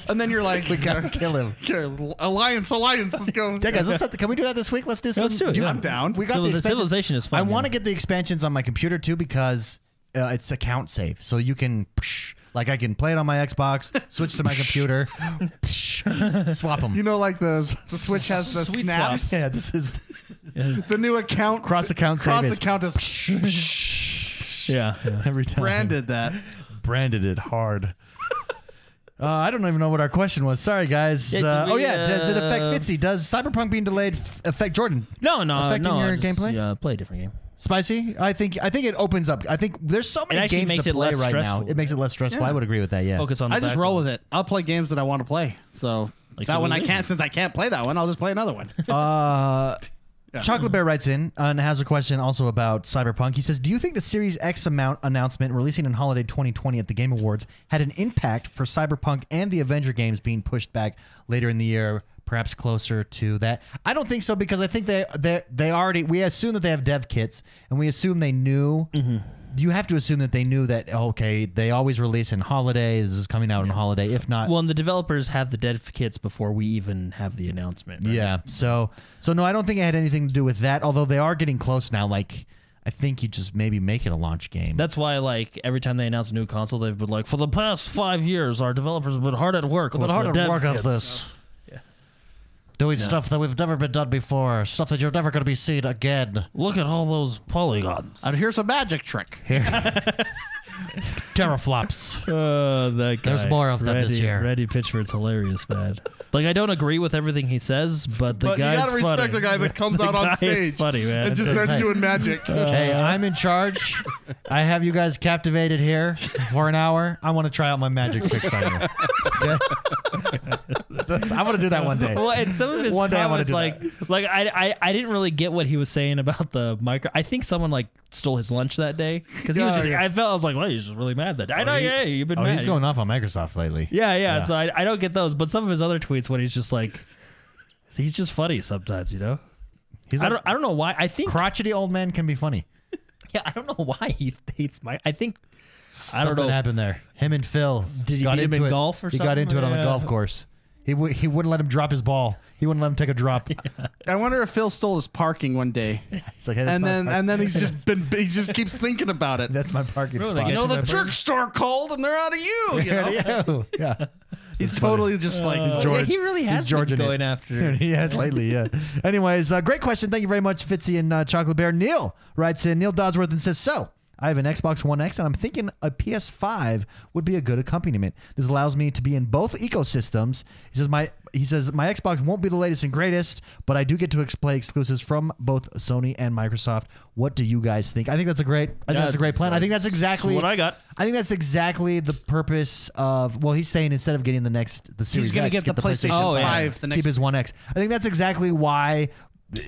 B: And then you're like, we gotta
A: Kill him.
B: Alliance, alliance, let's go.
A: Yeah, guys, let's let the, can we do that this week? Let's do some.
C: let's do it, yeah.
B: I'm down.
A: We got
C: Civil-
A: the expansion-
C: Civilization is fun,
A: I want to
C: yeah.
A: get the expansions on my computer too because uh, it's account safe, so you can psh, like I can play it on my Xbox, switch to my computer, psh, swap them.
B: You know, like the, the Switch has the
C: Sweet
B: snaps.
A: yeah, this is
B: The new account.
A: cross account
B: cross
A: savings.
B: account is
C: yeah. yeah.
A: every time.
B: branded that.
A: branded it hard. Uh, I don't even know what our question was. Sorry, guys.
C: Yeah,
A: uh,
C: we,
A: oh yeah, does it affect
C: uh,
A: Fitzy? Does Cyberpunk being delayed f- affect Jordan?
C: No, no,
A: Affecting
C: no.
A: your
C: just,
A: gameplay?
C: Yeah, play a different game.
A: Spicy? I think I think it opens up. I think there's so many
C: actually
A: games
C: makes
A: to
C: it
A: play
C: less
A: right now.
C: stressful.
A: It makes it less stressful. I would agree with that. Yeah.
C: Focus on. The
B: I just roll with it. I'll play games that I want to play. So
C: Like,
B: that
C: so
B: one
C: we
B: I
C: win.
B: can't since I can't play that one. I'll just play another one.
A: Uh,
B: Yeah.
A: Chocolate Bear writes in uh, and has a question also about Cyberpunk. He says, "Do you think the Series X amount announcement releasing in holiday 2020 at the Game Awards had an impact for Cyberpunk and the Avenger games being pushed back later in the year, perhaps closer to that?" I don't think so because I think they they they already we assume that they have dev kits and we assume they knew. You have to assume that they knew that okay, they always release in holiday. This is coming out on holiday. If not,
C: Well, and the developers have the dev kits before we even have the announcement. right?
A: Yeah. So so no, I don't think it had anything to do with that. Although they are getting close now. Like I think you just maybe make it a launch game.
C: That's why, like, every time they announce a new console, they've been like, for the past five years, our developers have been hard at work.
A: but
C: with
A: hard
C: the
A: to
C: dev
A: work on
C: kits."
A: this. Doing stuff that we've never been done before, stuff that you're never going to be seen again.
C: Look at all those polygons.
B: And here's a magic trick.
A: Terraflops.
C: Uh, that guy.
A: There's more of them
C: Randy,
A: this year.
C: Randy Pitchford's hilarious, man. Like I don't agree with everything he says, but the guy's funny.
B: that comes
C: The guy is funny, man.
A: Hey.
B: magic.
C: Uh,
A: hey, I'm in charge. I have you guys captivated here for an hour. I want to try out my magic tricks on you. Okay? That's- I want to do that one day.
C: well, and some of his
A: One day I wanna
C: comments, like,
A: do
C: like I, I, I didn't really get what he was saying about the micro. I think someone like stole his lunch that day because he was
A: Oh,
C: just.
A: yeah.
C: I felt I was like, well, he's just really mad that. I know,
A: he-
C: yeah, you've been
A: Oh,
C: mad.
A: he's going off on Microsoft lately.
C: Yeah, yeah. So I, I don't get those, but some of his other tweets when he's just like, he's just funny sometimes, you know.
A: He's
C: I
A: like,
C: don't, I don't know why. I think
A: crotchety old man can be funny.
C: Yeah, I don't know why he hates my. I think I
A: Something
C: don't know.
A: happened there. Him and Phil
C: Did he
A: got
C: beat him
A: into
C: in
A: it.
C: golf or
A: he got
C: something?
A: into it on the
C: Yeah.
A: golf course. He w- he wouldn't let him drop his ball. He wouldn't let him take a drop.
B: I wonder if Phil stole his parking one day,
A: He's like, hey, that's
B: and
A: my
B: then
A: park-
B: and then he's just been he just keeps thinking about it.
A: that's my parking
C: Really?
A: spot.
C: You know
B: the jerk store cold, and they're out of you. You know,
A: Ew. yeah,
B: he's totally just like
C: Uh,
A: George.
C: Yeah, he really
A: He's
C: has been
A: Georgian
C: going
A: it.
C: after.
A: he has lately. Yeah. Anyways, uh, great question. Thank you very much, Fitzy and uh, Chocolate Bear. Neil writes in Neil Dodsworth and says, "So I have an Xbox One X, and I'm thinking a PS5 would be a good accompaniment. This allows me to be in both ecosystems." He says, "My." He says my Xbox won't be the latest and greatest, but I do get to ex- play exclusives from both Sony and Microsoft. What do you guys think? I think that's a great. I think that's a great plan. I think that's exactly
C: what I got.
A: I think that's exactly the purpose of. Well, he's saying instead of getting the next the Series
B: he's gonna
A: X,
B: get, the PlayStation,
C: Oh, yeah.
B: Five the next.
A: keep his One X. I think that's exactly why uh,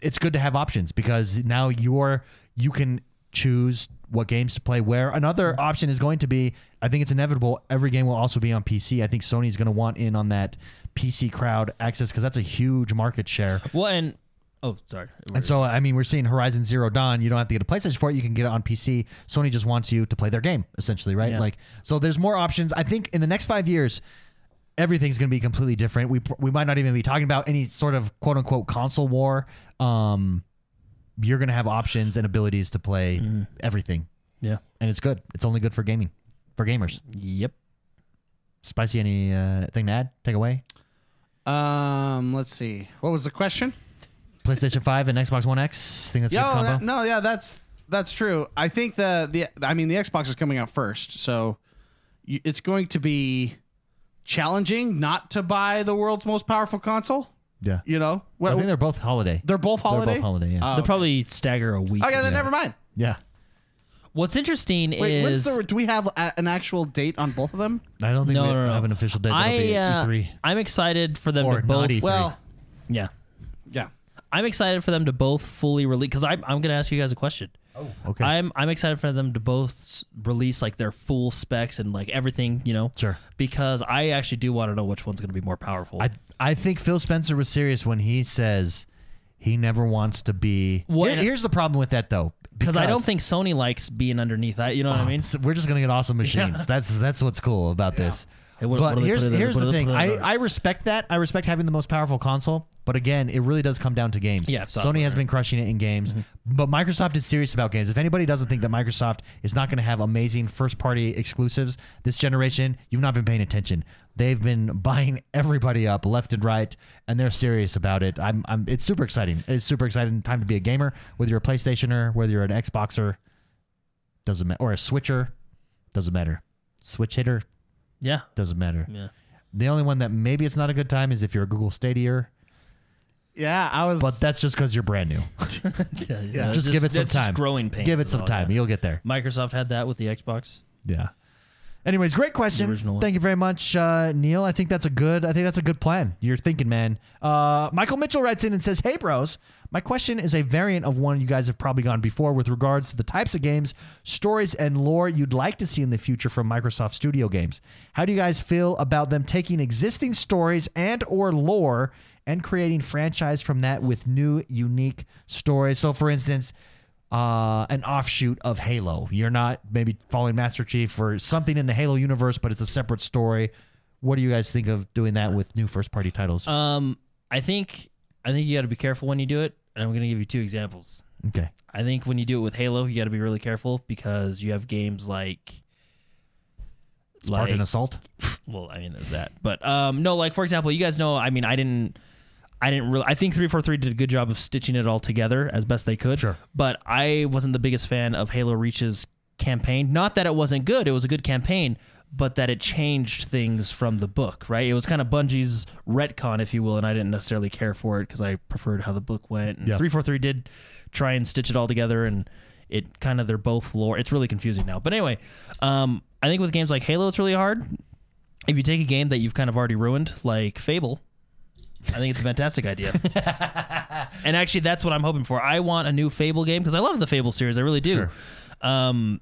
A: it's good to have options because now you're you can choose what games to play where. Another option is going to be, I think it's inevitable. Every game will also be on PC. I think Sony's going to want in on that PC crowd access because that's a huge market share.
C: Well, and oh, sorry.
A: And so, I mean, we're seeing Horizon Zero Dawn. You don't have to get a PlayStation for it. You can get it on PC. Sony just wants you to play their game, essentially, right?
C: Yeah.
A: Like, so there's more options. I think in the next five years, everything's going to be completely different. We we might not even be talking about any sort of quote unquote console war. Um, you're going to have options and abilities to play everything,
C: yeah.
A: and it's good. It's only good for gaming, for gamers.
C: Yep.
A: Spicy, any uh, thing to add? Take away?
B: Um, let's see. What was the question?
A: PlayStation Five and Xbox One X. Think that's a
B: Yeah,
A: good
B: oh,
A: combo.
B: that- no, yeah, that's that's true. I think the the I mean the Xbox is coming out first, so you, it's going to be challenging not to buy the world's most powerful console.
A: yeah,
B: You know,
A: I
B: well,
A: think
B: they're,
A: they're both holiday.
B: both holiday.
A: They're both holiday. Yeah.
B: Oh,
C: They'll probably stagger a week.
B: okay, then never mind.
A: yeah.
C: What's interesting
B: Wait, when's
C: is
B: the, do we have a, an actual date on both of them?
A: I don't think
C: no,
A: we
C: no, no, no.
A: have an official date. That'll
C: I
A: be
C: uh,
A: E3.
C: I'm excited for them
A: Or
C: to both.
A: not E E3. Well-
C: yeah.
B: Yeah.
C: I'm excited for them to both fully release because I'm I'm gonna ask you guys a question. Oh,
A: okay.
C: I'm I'm excited for them to both s- release like their full specs and like everything, you know.
A: Sure.
C: Because I actually do want to know which one's gonna be more powerful.
A: I I think Phil Spencer was serious when he says he never wants to be.
C: Well,
A: Here-
C: and-
A: here's the problem with that though,
C: because I don't think Sony likes being underneath that. You know what I mean?
A: Oh, it's- we're just gonna get awesome machines. That's that's what's cool about this.
C: Hey, what-
A: but
C: what do they
A: here's
C: put in there?
A: here's
C: What do
A: the
C: they
A: thing.
C: put in
A: I,
C: there?
A: I respect that. I respect having the most powerful console. But again, it really does come down to games.
C: Yeah, software, Mm-hmm.
A: Sony has been crushing it in games, but Microsoft is serious about games. If anybody doesn't think that Microsoft is not going to have amazing first-party exclusives this generation, you've not been paying attention. They've been buying everybody up left and right, and they're serious about it. I'm, I'm it's super exciting. It's super exciting time to be a gamer, whether you're a PlayStationer, whether you're an Xboxer doesn't matter, or a switcher doesn't matter. Switch hitter
C: Yeah.
A: doesn't matter.
C: Yeah.
A: The only one that maybe it's not a good time is if you're a Google Stadia,
B: Yeah, I was.
A: but that's just because you're brand new.
C: Yeah.
A: Just give it some
C: that's just
A: time.
C: growing pains
A: Give it
C: is
A: some
C: all,
A: time,
C: yeah.
A: you'll get there.
C: Microsoft had that with the Xbox.
A: Yeah. Anyways, great question.
C: The original one.
A: Thank you very much, uh, Neil. I think that's a good. I think that's a good plan. You're thinking, man. Uh, Michael Mitchell writes in and says, "Hey, bros, my question is a variant of one you guys have probably gone before with regards to the types of games, stories, and lore you'd like to see in the future from Microsoft Studio games. How do you guys feel about them taking existing stories and or lore and creating franchise from that with new, unique stories? So, for instance." uh, an offshoot of Halo. You're not maybe following Master Chief or something in the Halo universe, but it's a separate story. What do you guys think of doing that with new first party titles?
C: Um, I think I think you got to be careful when you do it, and I'm going to give you two examples.
A: okay.
C: I think when you do it with Halo, you got to be really careful because you have games like
A: Spartan
C: like-
A: Assault?
C: well, I mean, there's that, but um, no, like for example, you guys know, I mean, I didn't, I didn't really, I think three four three did a good job of stitching it all together as best they could.
A: Sure.
C: But I wasn't the biggest fan of Halo Reach's campaign. Not that it wasn't good; it was a good campaign, but that it changed things from the book. Right? It was kind of Bungie's retcon, if you will, and I didn't necessarily care for it because I preferred how the book went. And
A: Yeah.
C: Three four three did try and stitch it all together and. It kind of they're both lore. It's really confusing now, but anyway, um, I think with games like Halo, it's really hard if you take a game that you've kind of already ruined, like Fable, I think it's a fantastic idea. and actually, that's what I'm hoping for. I want a new Fable game because I love the Fable series. I really do. Um,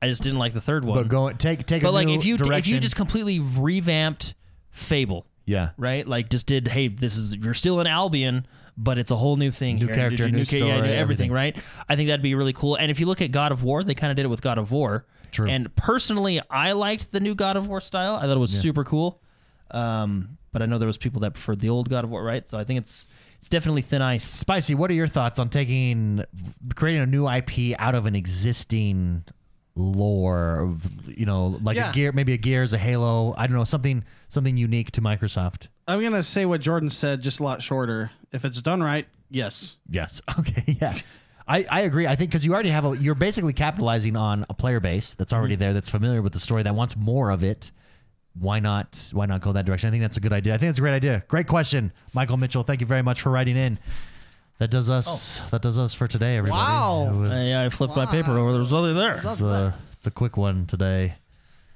C: I just didn't like the third one.
A: But go take take. a
C: But, like,
A: new
C: if you if you
A: direction.
C: just completely revamped Fable,
A: yeah
C: right? Like, just did hey, this is you're still in Albion, but it's a whole new thing.
A: New
C: here.
A: character, new
C: ca- yeah,
A: story,
C: everything, right? I think that'd be really cool. And if you look at God of War, they kind of did it with God of War.
A: True.
C: And personally, I liked the new God of War style. I thought it was super cool. Um, but I know there was people that preferred the old God of War, right? So I think it's it's definitely thin ice.
A: spicy. What are your thoughts on taking creating a new IP out of an existing lore? of, You know, like
B: Yeah.
A: a gear, maybe a Gears, a Halo. I don't know something something unique to Microsoft.
B: I'm gonna say what Jordan said, just a lot shorter. If it's done right, yes.
A: Yes. Okay. Yeah. I, I agree. I think because you already have a, you're basically capitalizing on a player base that's already
B: Mm-hmm.
A: there, that's familiar with the story, that wants more of it. Why not? Why not go that direction? I think that's a good idea. I think that's a great idea. Great question, Michael Mitchell. Thank you very much for writing in. That does us. That does us for today, everybody.
B: Oh. Wow.
A: It was-
C: I, I flipped my paper over. There was nothing there.
A: it's, a, it's a quick one today,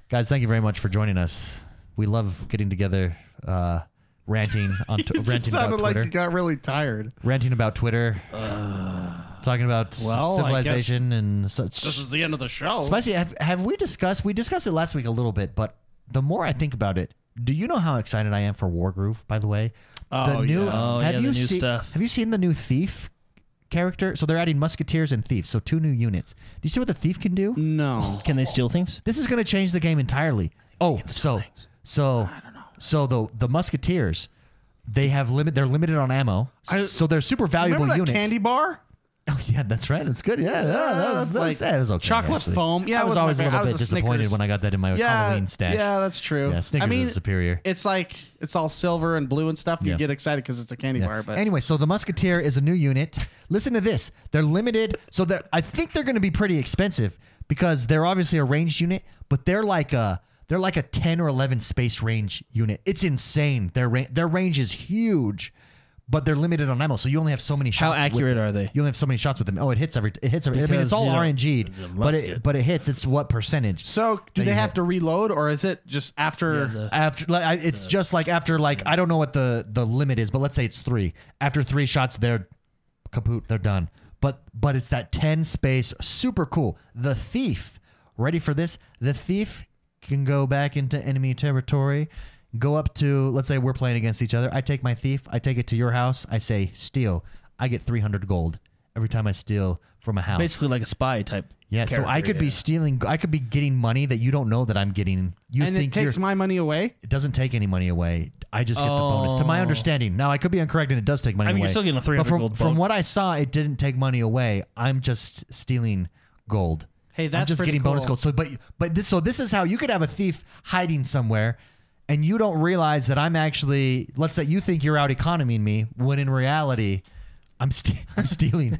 A: guys. Thank you very much for joining us. We love getting together, uh, ranting on t-
B: It just
A: ranting about
B: sounded like
A: Twitter
B: you got really tired.
A: ranting about Twitter, talking about
B: Uh, Well, I
A: civilization and such.
B: the end of the show.
A: Spicy, have, have we discussed? We discussed it last week a little bit, but the more I think about it, do you know how excited I am for Wargroove? By the way, the
B: Oh,
A: new
B: yeah.
C: Oh,
A: have
C: yeah,
A: you
C: the new
A: seen
C: stuff.
A: have you seen the new Thief character? So they're adding Musketeers and Thieves, so two new units. Do you see what the Thief can do?
B: Mm. No.
C: Can they steal things?
A: This is going to change the game entirely. Oh, so so so the the Musketeers, they have limit. They're limited on ammo,
B: I-
A: so they're super valuable
B: Remember that
A: units.
B: candy bar?
A: Oh yeah, that's right. That's good. Yeah, yeah, that was, that was,
B: like
A: that was okay.
B: chocolate
A: actually.
B: foam. Yeah,
A: I
B: it
A: was,
B: was my
A: always a
B: favorite.
A: little
B: I
A: bit
B: was a
A: disappointed
B: Snickers.
A: when I got that in my Halloween stash.
B: Yeah, that's true.
A: Yeah, Snickers
B: I mean,
A: is superior.
B: It's like it's all silver and blue and stuff. and
A: Yeah.
B: You get excited because it's a candy
A: Yeah.
B: bar. But
A: Anyway, so the Musketeer is a new unit. Listen to this. They're limited, so they're, I think they're going to be pretty expensive because they're obviously a ranged unit, but they're like a they're like a ten or eleven space range unit. It's insane. Their ra- their range is huge, but they're limited on ammo, so you only have so many
C: How
A: shots. with
C: accurate
A: them.
C: are they?
A: You only have so many shots with them. Oh, it hits every. It hits every. I mean,
C: Because,
A: it's all
C: you know,
A: RNG'd,
C: it's a
A: but it
C: musket.
A: but it hits. It's what percentage?
B: so do
A: They
B: they
A: hit.
B: have to reload or is it just after?
A: after like, I- it's just like after like I don't know what the the limit is, but let's say it's three. After three shots, they're kaput. They're done. But but it's that ten space, super cool. The thief, ready for this? The thief can go back into enemy territory. Go up to let's say we're playing against each other. I take my thief. I take it to your house. I say steal. I get three hundred gold every time I steal from a house.
C: Basically, like a spy type.
A: yeah. So I
C: character,
A: could be
C: yeah.
A: stealing. I could be getting money that you don't know that I'm getting. You
B: and it
A: think you're
B: takes my money away.
A: it doesn't take any money away. I just get the bonus. To my
C: Oh.
A: understanding, now I could be incorrect, and it does take money
C: I mean,
A: away.
C: you're still getting a
A: but
C: 300
A: from,
C: gold
A: from
C: bonus.
A: what I saw, it didn't take money away. I'm just stealing gold.
B: Hey,
A: I'm
B: that's
A: just
B: pretty
A: getting bonus
B: cool.
A: gold. So, but but this so this is how you could have a thief hiding somewhere, and you don't realize that I'm actually. Let's say you think you're out economying me, when in reality, I'm, st- I'm stealing.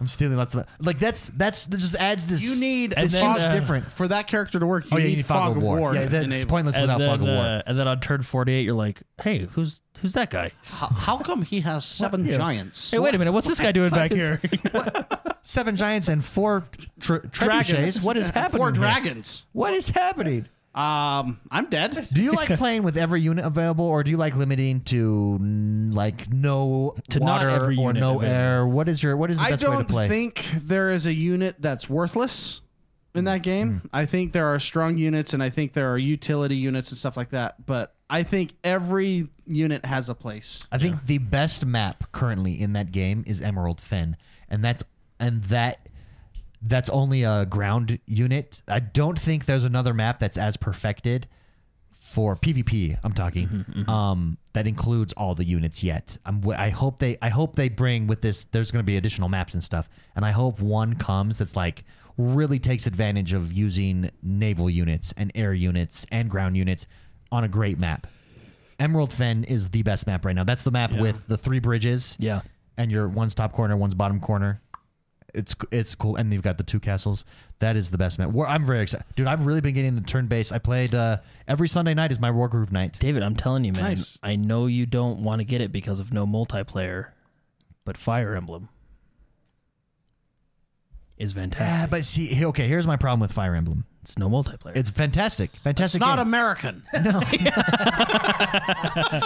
A: I'm stealing lots of like that's that's that just adds this.
B: You need
C: And
B: it's
C: then,
B: fog
C: uh,
B: different for that character to work. You
A: oh yeah,
B: need,
A: you need fog, of war. Yeah, that's
B: enabled.
A: pointless
C: and
A: without
C: then,
A: fog of war.
C: uh, and then on turn 48, you're like, hey, who's who's that guy?
B: how, how come he has seven giants?
C: Hey, wait a minute. What's this guy doing back here?
A: Seven giants and four tr-
B: Dragons.
A: trebuchets. What is happening?
B: Four
A: here?
B: dragons.
A: What is happening?
B: Um, I'm dead.
A: Do you like playing with every unit available, or do you like limiting to mm, like no
C: To not
A: water
C: every
A: or
C: unit
A: no
C: available.
A: air? What is your what is the
B: I
A: best way to
B: don't
A: play?
B: think there is a unit that's worthless in that game.
A: Mm-hmm.
B: I think there are strong units and I think there are utility units and stuff like that. But I think every unit has a place.
A: I think the best map currently in that game is Emerald Fen, and that's and that that's only a ground unit. I don't think there's another map that's as perfected for PvP. I'm talking um, that includes all the units yet. I'm, w- I hope they I hope they bring with this. There's going to be additional maps and stuff, and I hope one comes that's like really takes advantage of using naval units and air units and ground units on a great map. Emerald Fen is the best map right now. That's the map with the three bridges.
C: Yeah.
A: And your one's top corner, one's bottom corner. It's it's cool, and you've got the two castles. That is the best map. Where I'm very excited, dude. I've really been getting into turn based. I played uh, every Sunday night is my War Groove night.
C: David, I'm telling you, man,
B: Nice.
C: I know you don't want to get it because of no multiplayer, but Fire Emblem is
A: Yeah,
C: fantastic.
A: Ah, but see, here- okay, here's my problem with Fire Emblem.
C: it's no multiplayer.
A: It's fantastic, fantastic.
B: Not
A: game.
B: American.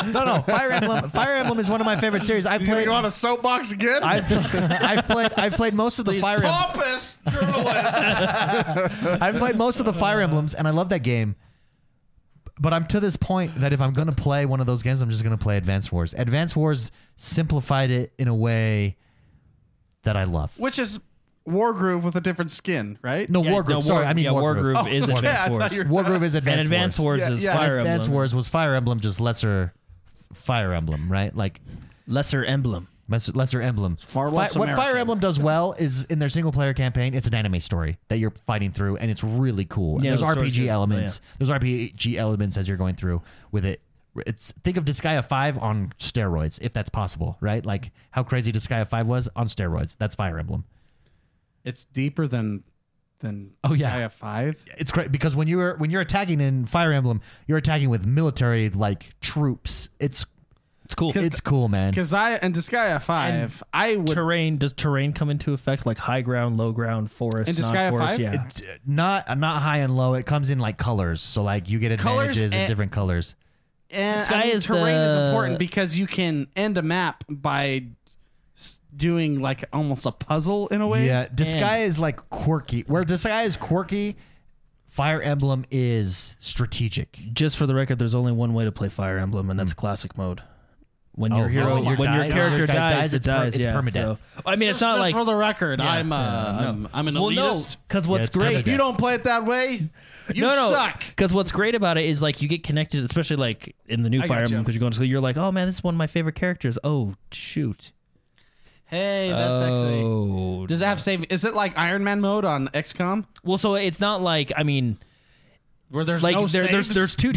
A: no, no. Fire Emblem. Fire Emblem is one of my favorite series. I've played.
B: a soapbox again?
A: I've, I've played. I've played most of the Fire Emblem.
B: Pompous journalist.
A: I've played most of the Fire Emblems, and I love that game. But I'm to this point that if I'm going to play one of those games, I'm just going to play Advance Wars. Advance Wars simplified it in a way that I love.
B: Which is Wargroove with a different skin, right?
A: No,
C: Yeah,
A: War Group.
C: no,
A: Sorry,
C: War-
A: I mean
C: yeah,
A: War
C: War
A: Group.
C: Groove is
B: okay, I
C: Advanced
B: thought
C: Wars.
B: you were-
A: War Group is Advance
C: and Advanced Wars,
B: Yeah,
C: is
B: yeah.
C: Fire
A: Advance
C: Emblem.
A: Wars was Fire Emblem, just lesser Fire Emblem, right? Like
C: Lesser Emblem.
A: Lesser, lesser emblem.
B: far less
A: what Fire
B: American.
A: Emblem does well is in their single player campaign, it's an anime story that you're fighting through, and it's really cool. And
C: Yeah,
A: there's
C: the story's
A: RPG
C: good.
A: elements. There's RPG elements as you're going through with it. It's think of Disgaea Five on steroids, if that's possible, right? Like how crazy Disgaea Five was on steroids. That's Fire Emblem.
B: It's deeper than than
A: Oh, yeah.
B: I have five.
A: it's great because when you're when you're attacking in Fire Emblem, you're attacking with military like troops. It's
C: It's cool.
A: it's cool, man.
B: Because I and Disgaea five, I would
C: terrain does terrain come into effect like high ground, low ground, forest,
B: In Disgaea
C: non-forest?
B: 5?
C: Yeah.
A: It's, uh, Not not high and low. It comes in like colors, so like you get
B: Colors
A: advantages in
B: and-
A: different colors.
B: And,
C: Sky
B: eh, I mean,
C: is
B: terrain is
C: the-
B: important because you can end a map by s- doing like almost a puzzle in a way.
A: Yeah, Disgaea is like quirky. Where Disgaea is quirky, Fire Emblem is strategic.
C: Just for the record, there's only one way to play Fire Emblem, and that's classic mode. When your
A: Hmm. Oh,
C: hero,
A: really?
C: when
A: Die-
C: your
A: when
C: character
A: your guy
C: dies,
A: dies,
C: it
A: it's per-
C: dies.
A: it's
C: yeah,
A: permadeath.
C: so- I mean, it's
B: just
C: not like
B: for the record, I'm uh, I'm, I'm an
C: well, no,
B: elitist.
C: because
A: Yeah,
C: what's
A: it's
C: great,
A: permadeath.
B: If you don't play it that way, you
C: no, no,
B: suck.
C: because what's great about it is like you get connected, especially like in the new Fire
B: gotcha.
C: Emblem, because you're going to school. You're like, oh man, this is one of my favorite characters. Oh shoot,
B: Hey, that's actually.
C: oh,
B: Does it have save? Is it like Iron Man mode on XCOM,
C: well, so it's not like I mean.
B: where there's
C: like
B: no
C: there, there's
B: saves?
C: there's two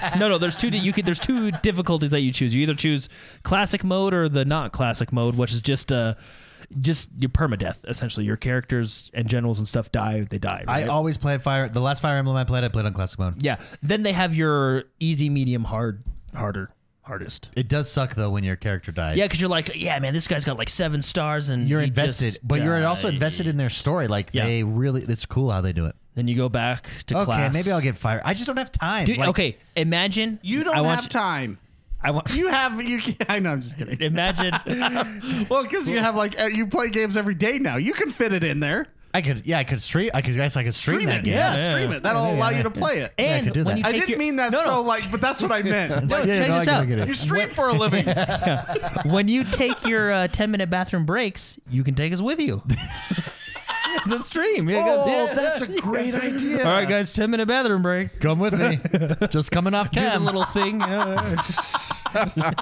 C: no no there's two you could there's two difficulties that you choose you either choose classic mode or the not classic mode which is just uh just your permadeath essentially your characters and generals and stuff die they die
A: I
C: right?
A: always play Fire. The last Fire Emblem I played, I played on classic mode.
C: yeah then they have your easy medium hard harder hardest
A: It does suck though when your character dies.
C: yeah because you're like yeah man this guy's got like seven stars and
A: you're
C: he
A: invested,
C: just
A: but you're
C: died."
A: also invested in their story. Like
C: Yeah.
A: they really, it's cool how they do it.
C: then you go back to
A: Okay,
C: class
A: maybe I'll get Fire. I just don't have time.
C: Dude,
A: Like,
C: okay imagine
B: You don't
C: I want
B: have time.
C: you- I want
B: You have you. Can, I know. I'm just kidding.
C: imagine
B: Well, because you have like uh, you play games every day now. You can fit it in there.
A: I could, yeah, I could stream. I could, I guess I could stream,
B: Stream
A: that
B: it.
A: game.
B: Yeah,
C: Yeah,
B: stream
C: yeah.
B: it. That'll allow you to play it.
A: I
C: and
A: could do
C: when
A: that.
C: you
B: I
C: take
B: didn't
C: your-
B: mean that
C: no, no.
B: so like, but that's what I meant.
C: No,
B: Like,
A: Yeah,
C: check
A: no, I
C: this
A: get it,
C: out.
A: I get it.
B: you stream for a living.
C: when you take your uh, 10 minute bathroom breaks, you can take us with you. the stream. Yeah, go-
B: Oh,
C: yeah.
A: that's a great idea.
C: All right, guys, 10 minute bathroom break.
A: Come with me. Just coming off
C: Do the
A: cam.
C: little thing. You know.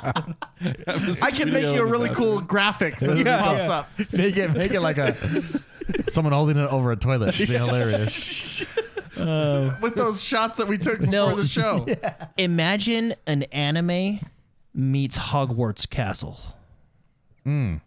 B: I can make you a really cool graphic that pops up.
A: make it make it like a someone holding it over a toilet. It'd be hilarious.
B: with those shots that we took before
C: No.
B: the show.
C: Imagine an anime meets Hogwarts Castle. and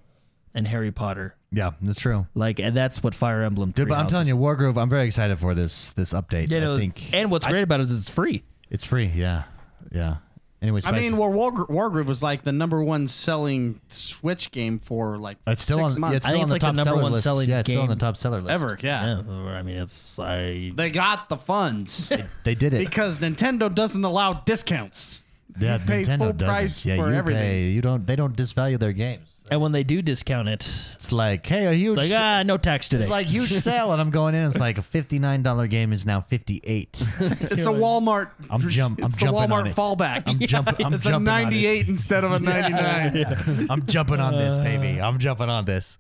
C: Harry Potter.
A: Yeah, that's true.
C: Like, and that's what Fire Emblem.
A: Dude,
C: Three
A: but I'm
C: Houses
A: telling
C: is.
A: you, Wargroove. I'm very excited for this this update.
C: You know,
A: I think
C: and what's great about it is it's free.
A: it's free. Yeah, yeah. Anyway,
B: I
A: Spice,
B: mean, War, War Wargroove was like the number one selling Switch game for like
A: it's still
B: six
A: on.
B: months
A: Yeah, it's
C: I
A: still
C: think
A: on
C: it's
A: the
C: like the
A: top
C: number
A: seller
C: one
A: list.
C: selling
A: yeah, it's still on the
C: game.
A: top seller list.
B: ever. Yeah.
C: Yeah, Oh, I mean, it's I.
B: they got the funds
A: They did it.
B: because Nintendo doesn't allow discounts.
A: yeah,
B: you pay
A: Nintendo
B: full
A: doesn't.
B: price
A: yeah,
B: for
A: you
B: everything.
A: Pay, you don't. They don't disvalue their games.
C: And when they do discount it, it's
A: It's like, hey, a huge.
C: like
A: s-
C: ah, no tax today.
A: It's like huge sale, and I'm going in. It's like a fifty-nine dollar game is now fifty-eight.
B: It's a Walmart.
A: I'm jump. I'm
B: it's the
A: jumping
B: Walmart
A: on it.
B: fallback.
A: I'm jumping. I'm
B: it's a
A: jumping on it.
B: 98 instead of a 99.
A: I'm jumping on this, baby. I'm jumping on this.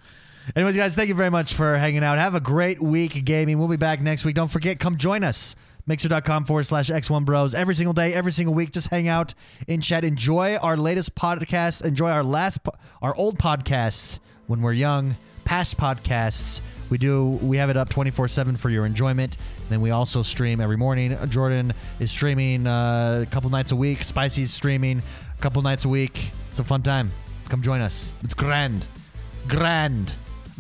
A: Anyways, guys, thank you very much for hanging out. Have a great week of gaming. We'll be back next week. Don't forget, come join us. Mixer.com forward slash X1 Bros. Every single day, every single week, just hang out in chat. Enjoy our latest podcast. Enjoy our last, po- our old podcasts when we're young, past podcasts. We do, we have it up 24 7 for your enjoyment. Then we also stream every morning. Jordan is streaming uh, a couple nights a week. Spicy's streaming a couple nights a week. It's a fun time. Come join us. It's grand. Grand.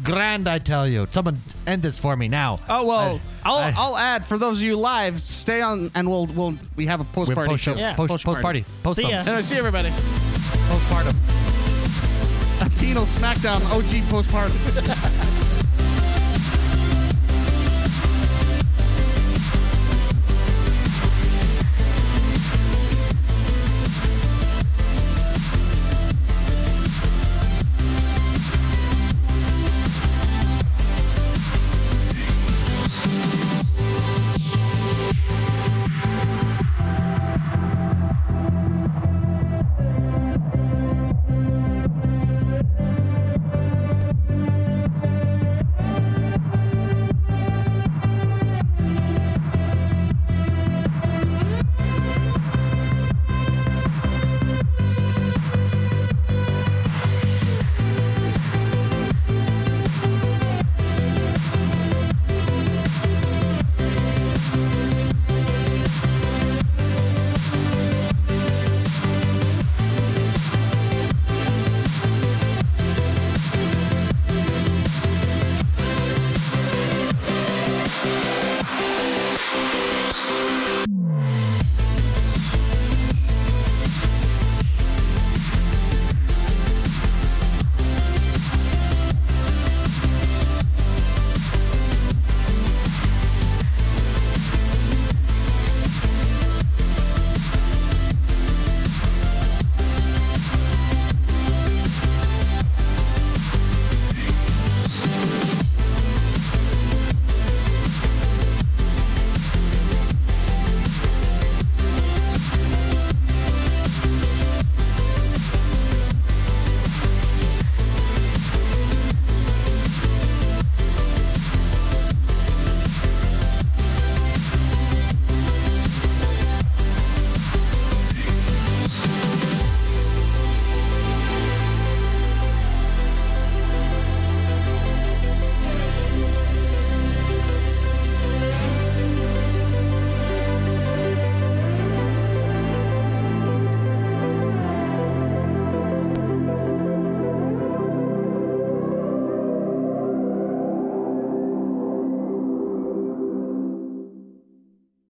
A: Grand, I tell you. Someone end this for me now.
B: Oh well,
A: I-
B: I, will
A: I-
B: I'll add for those of you live, stay on, and we'll we'll we have a post
A: we have
B: party
A: post,
B: show.
C: Yeah.
A: post, post, party. Post
C: See ya.
B: Anyway, see everybody.
A: Postpartum.
B: Penal Smackdown, OG postpartum.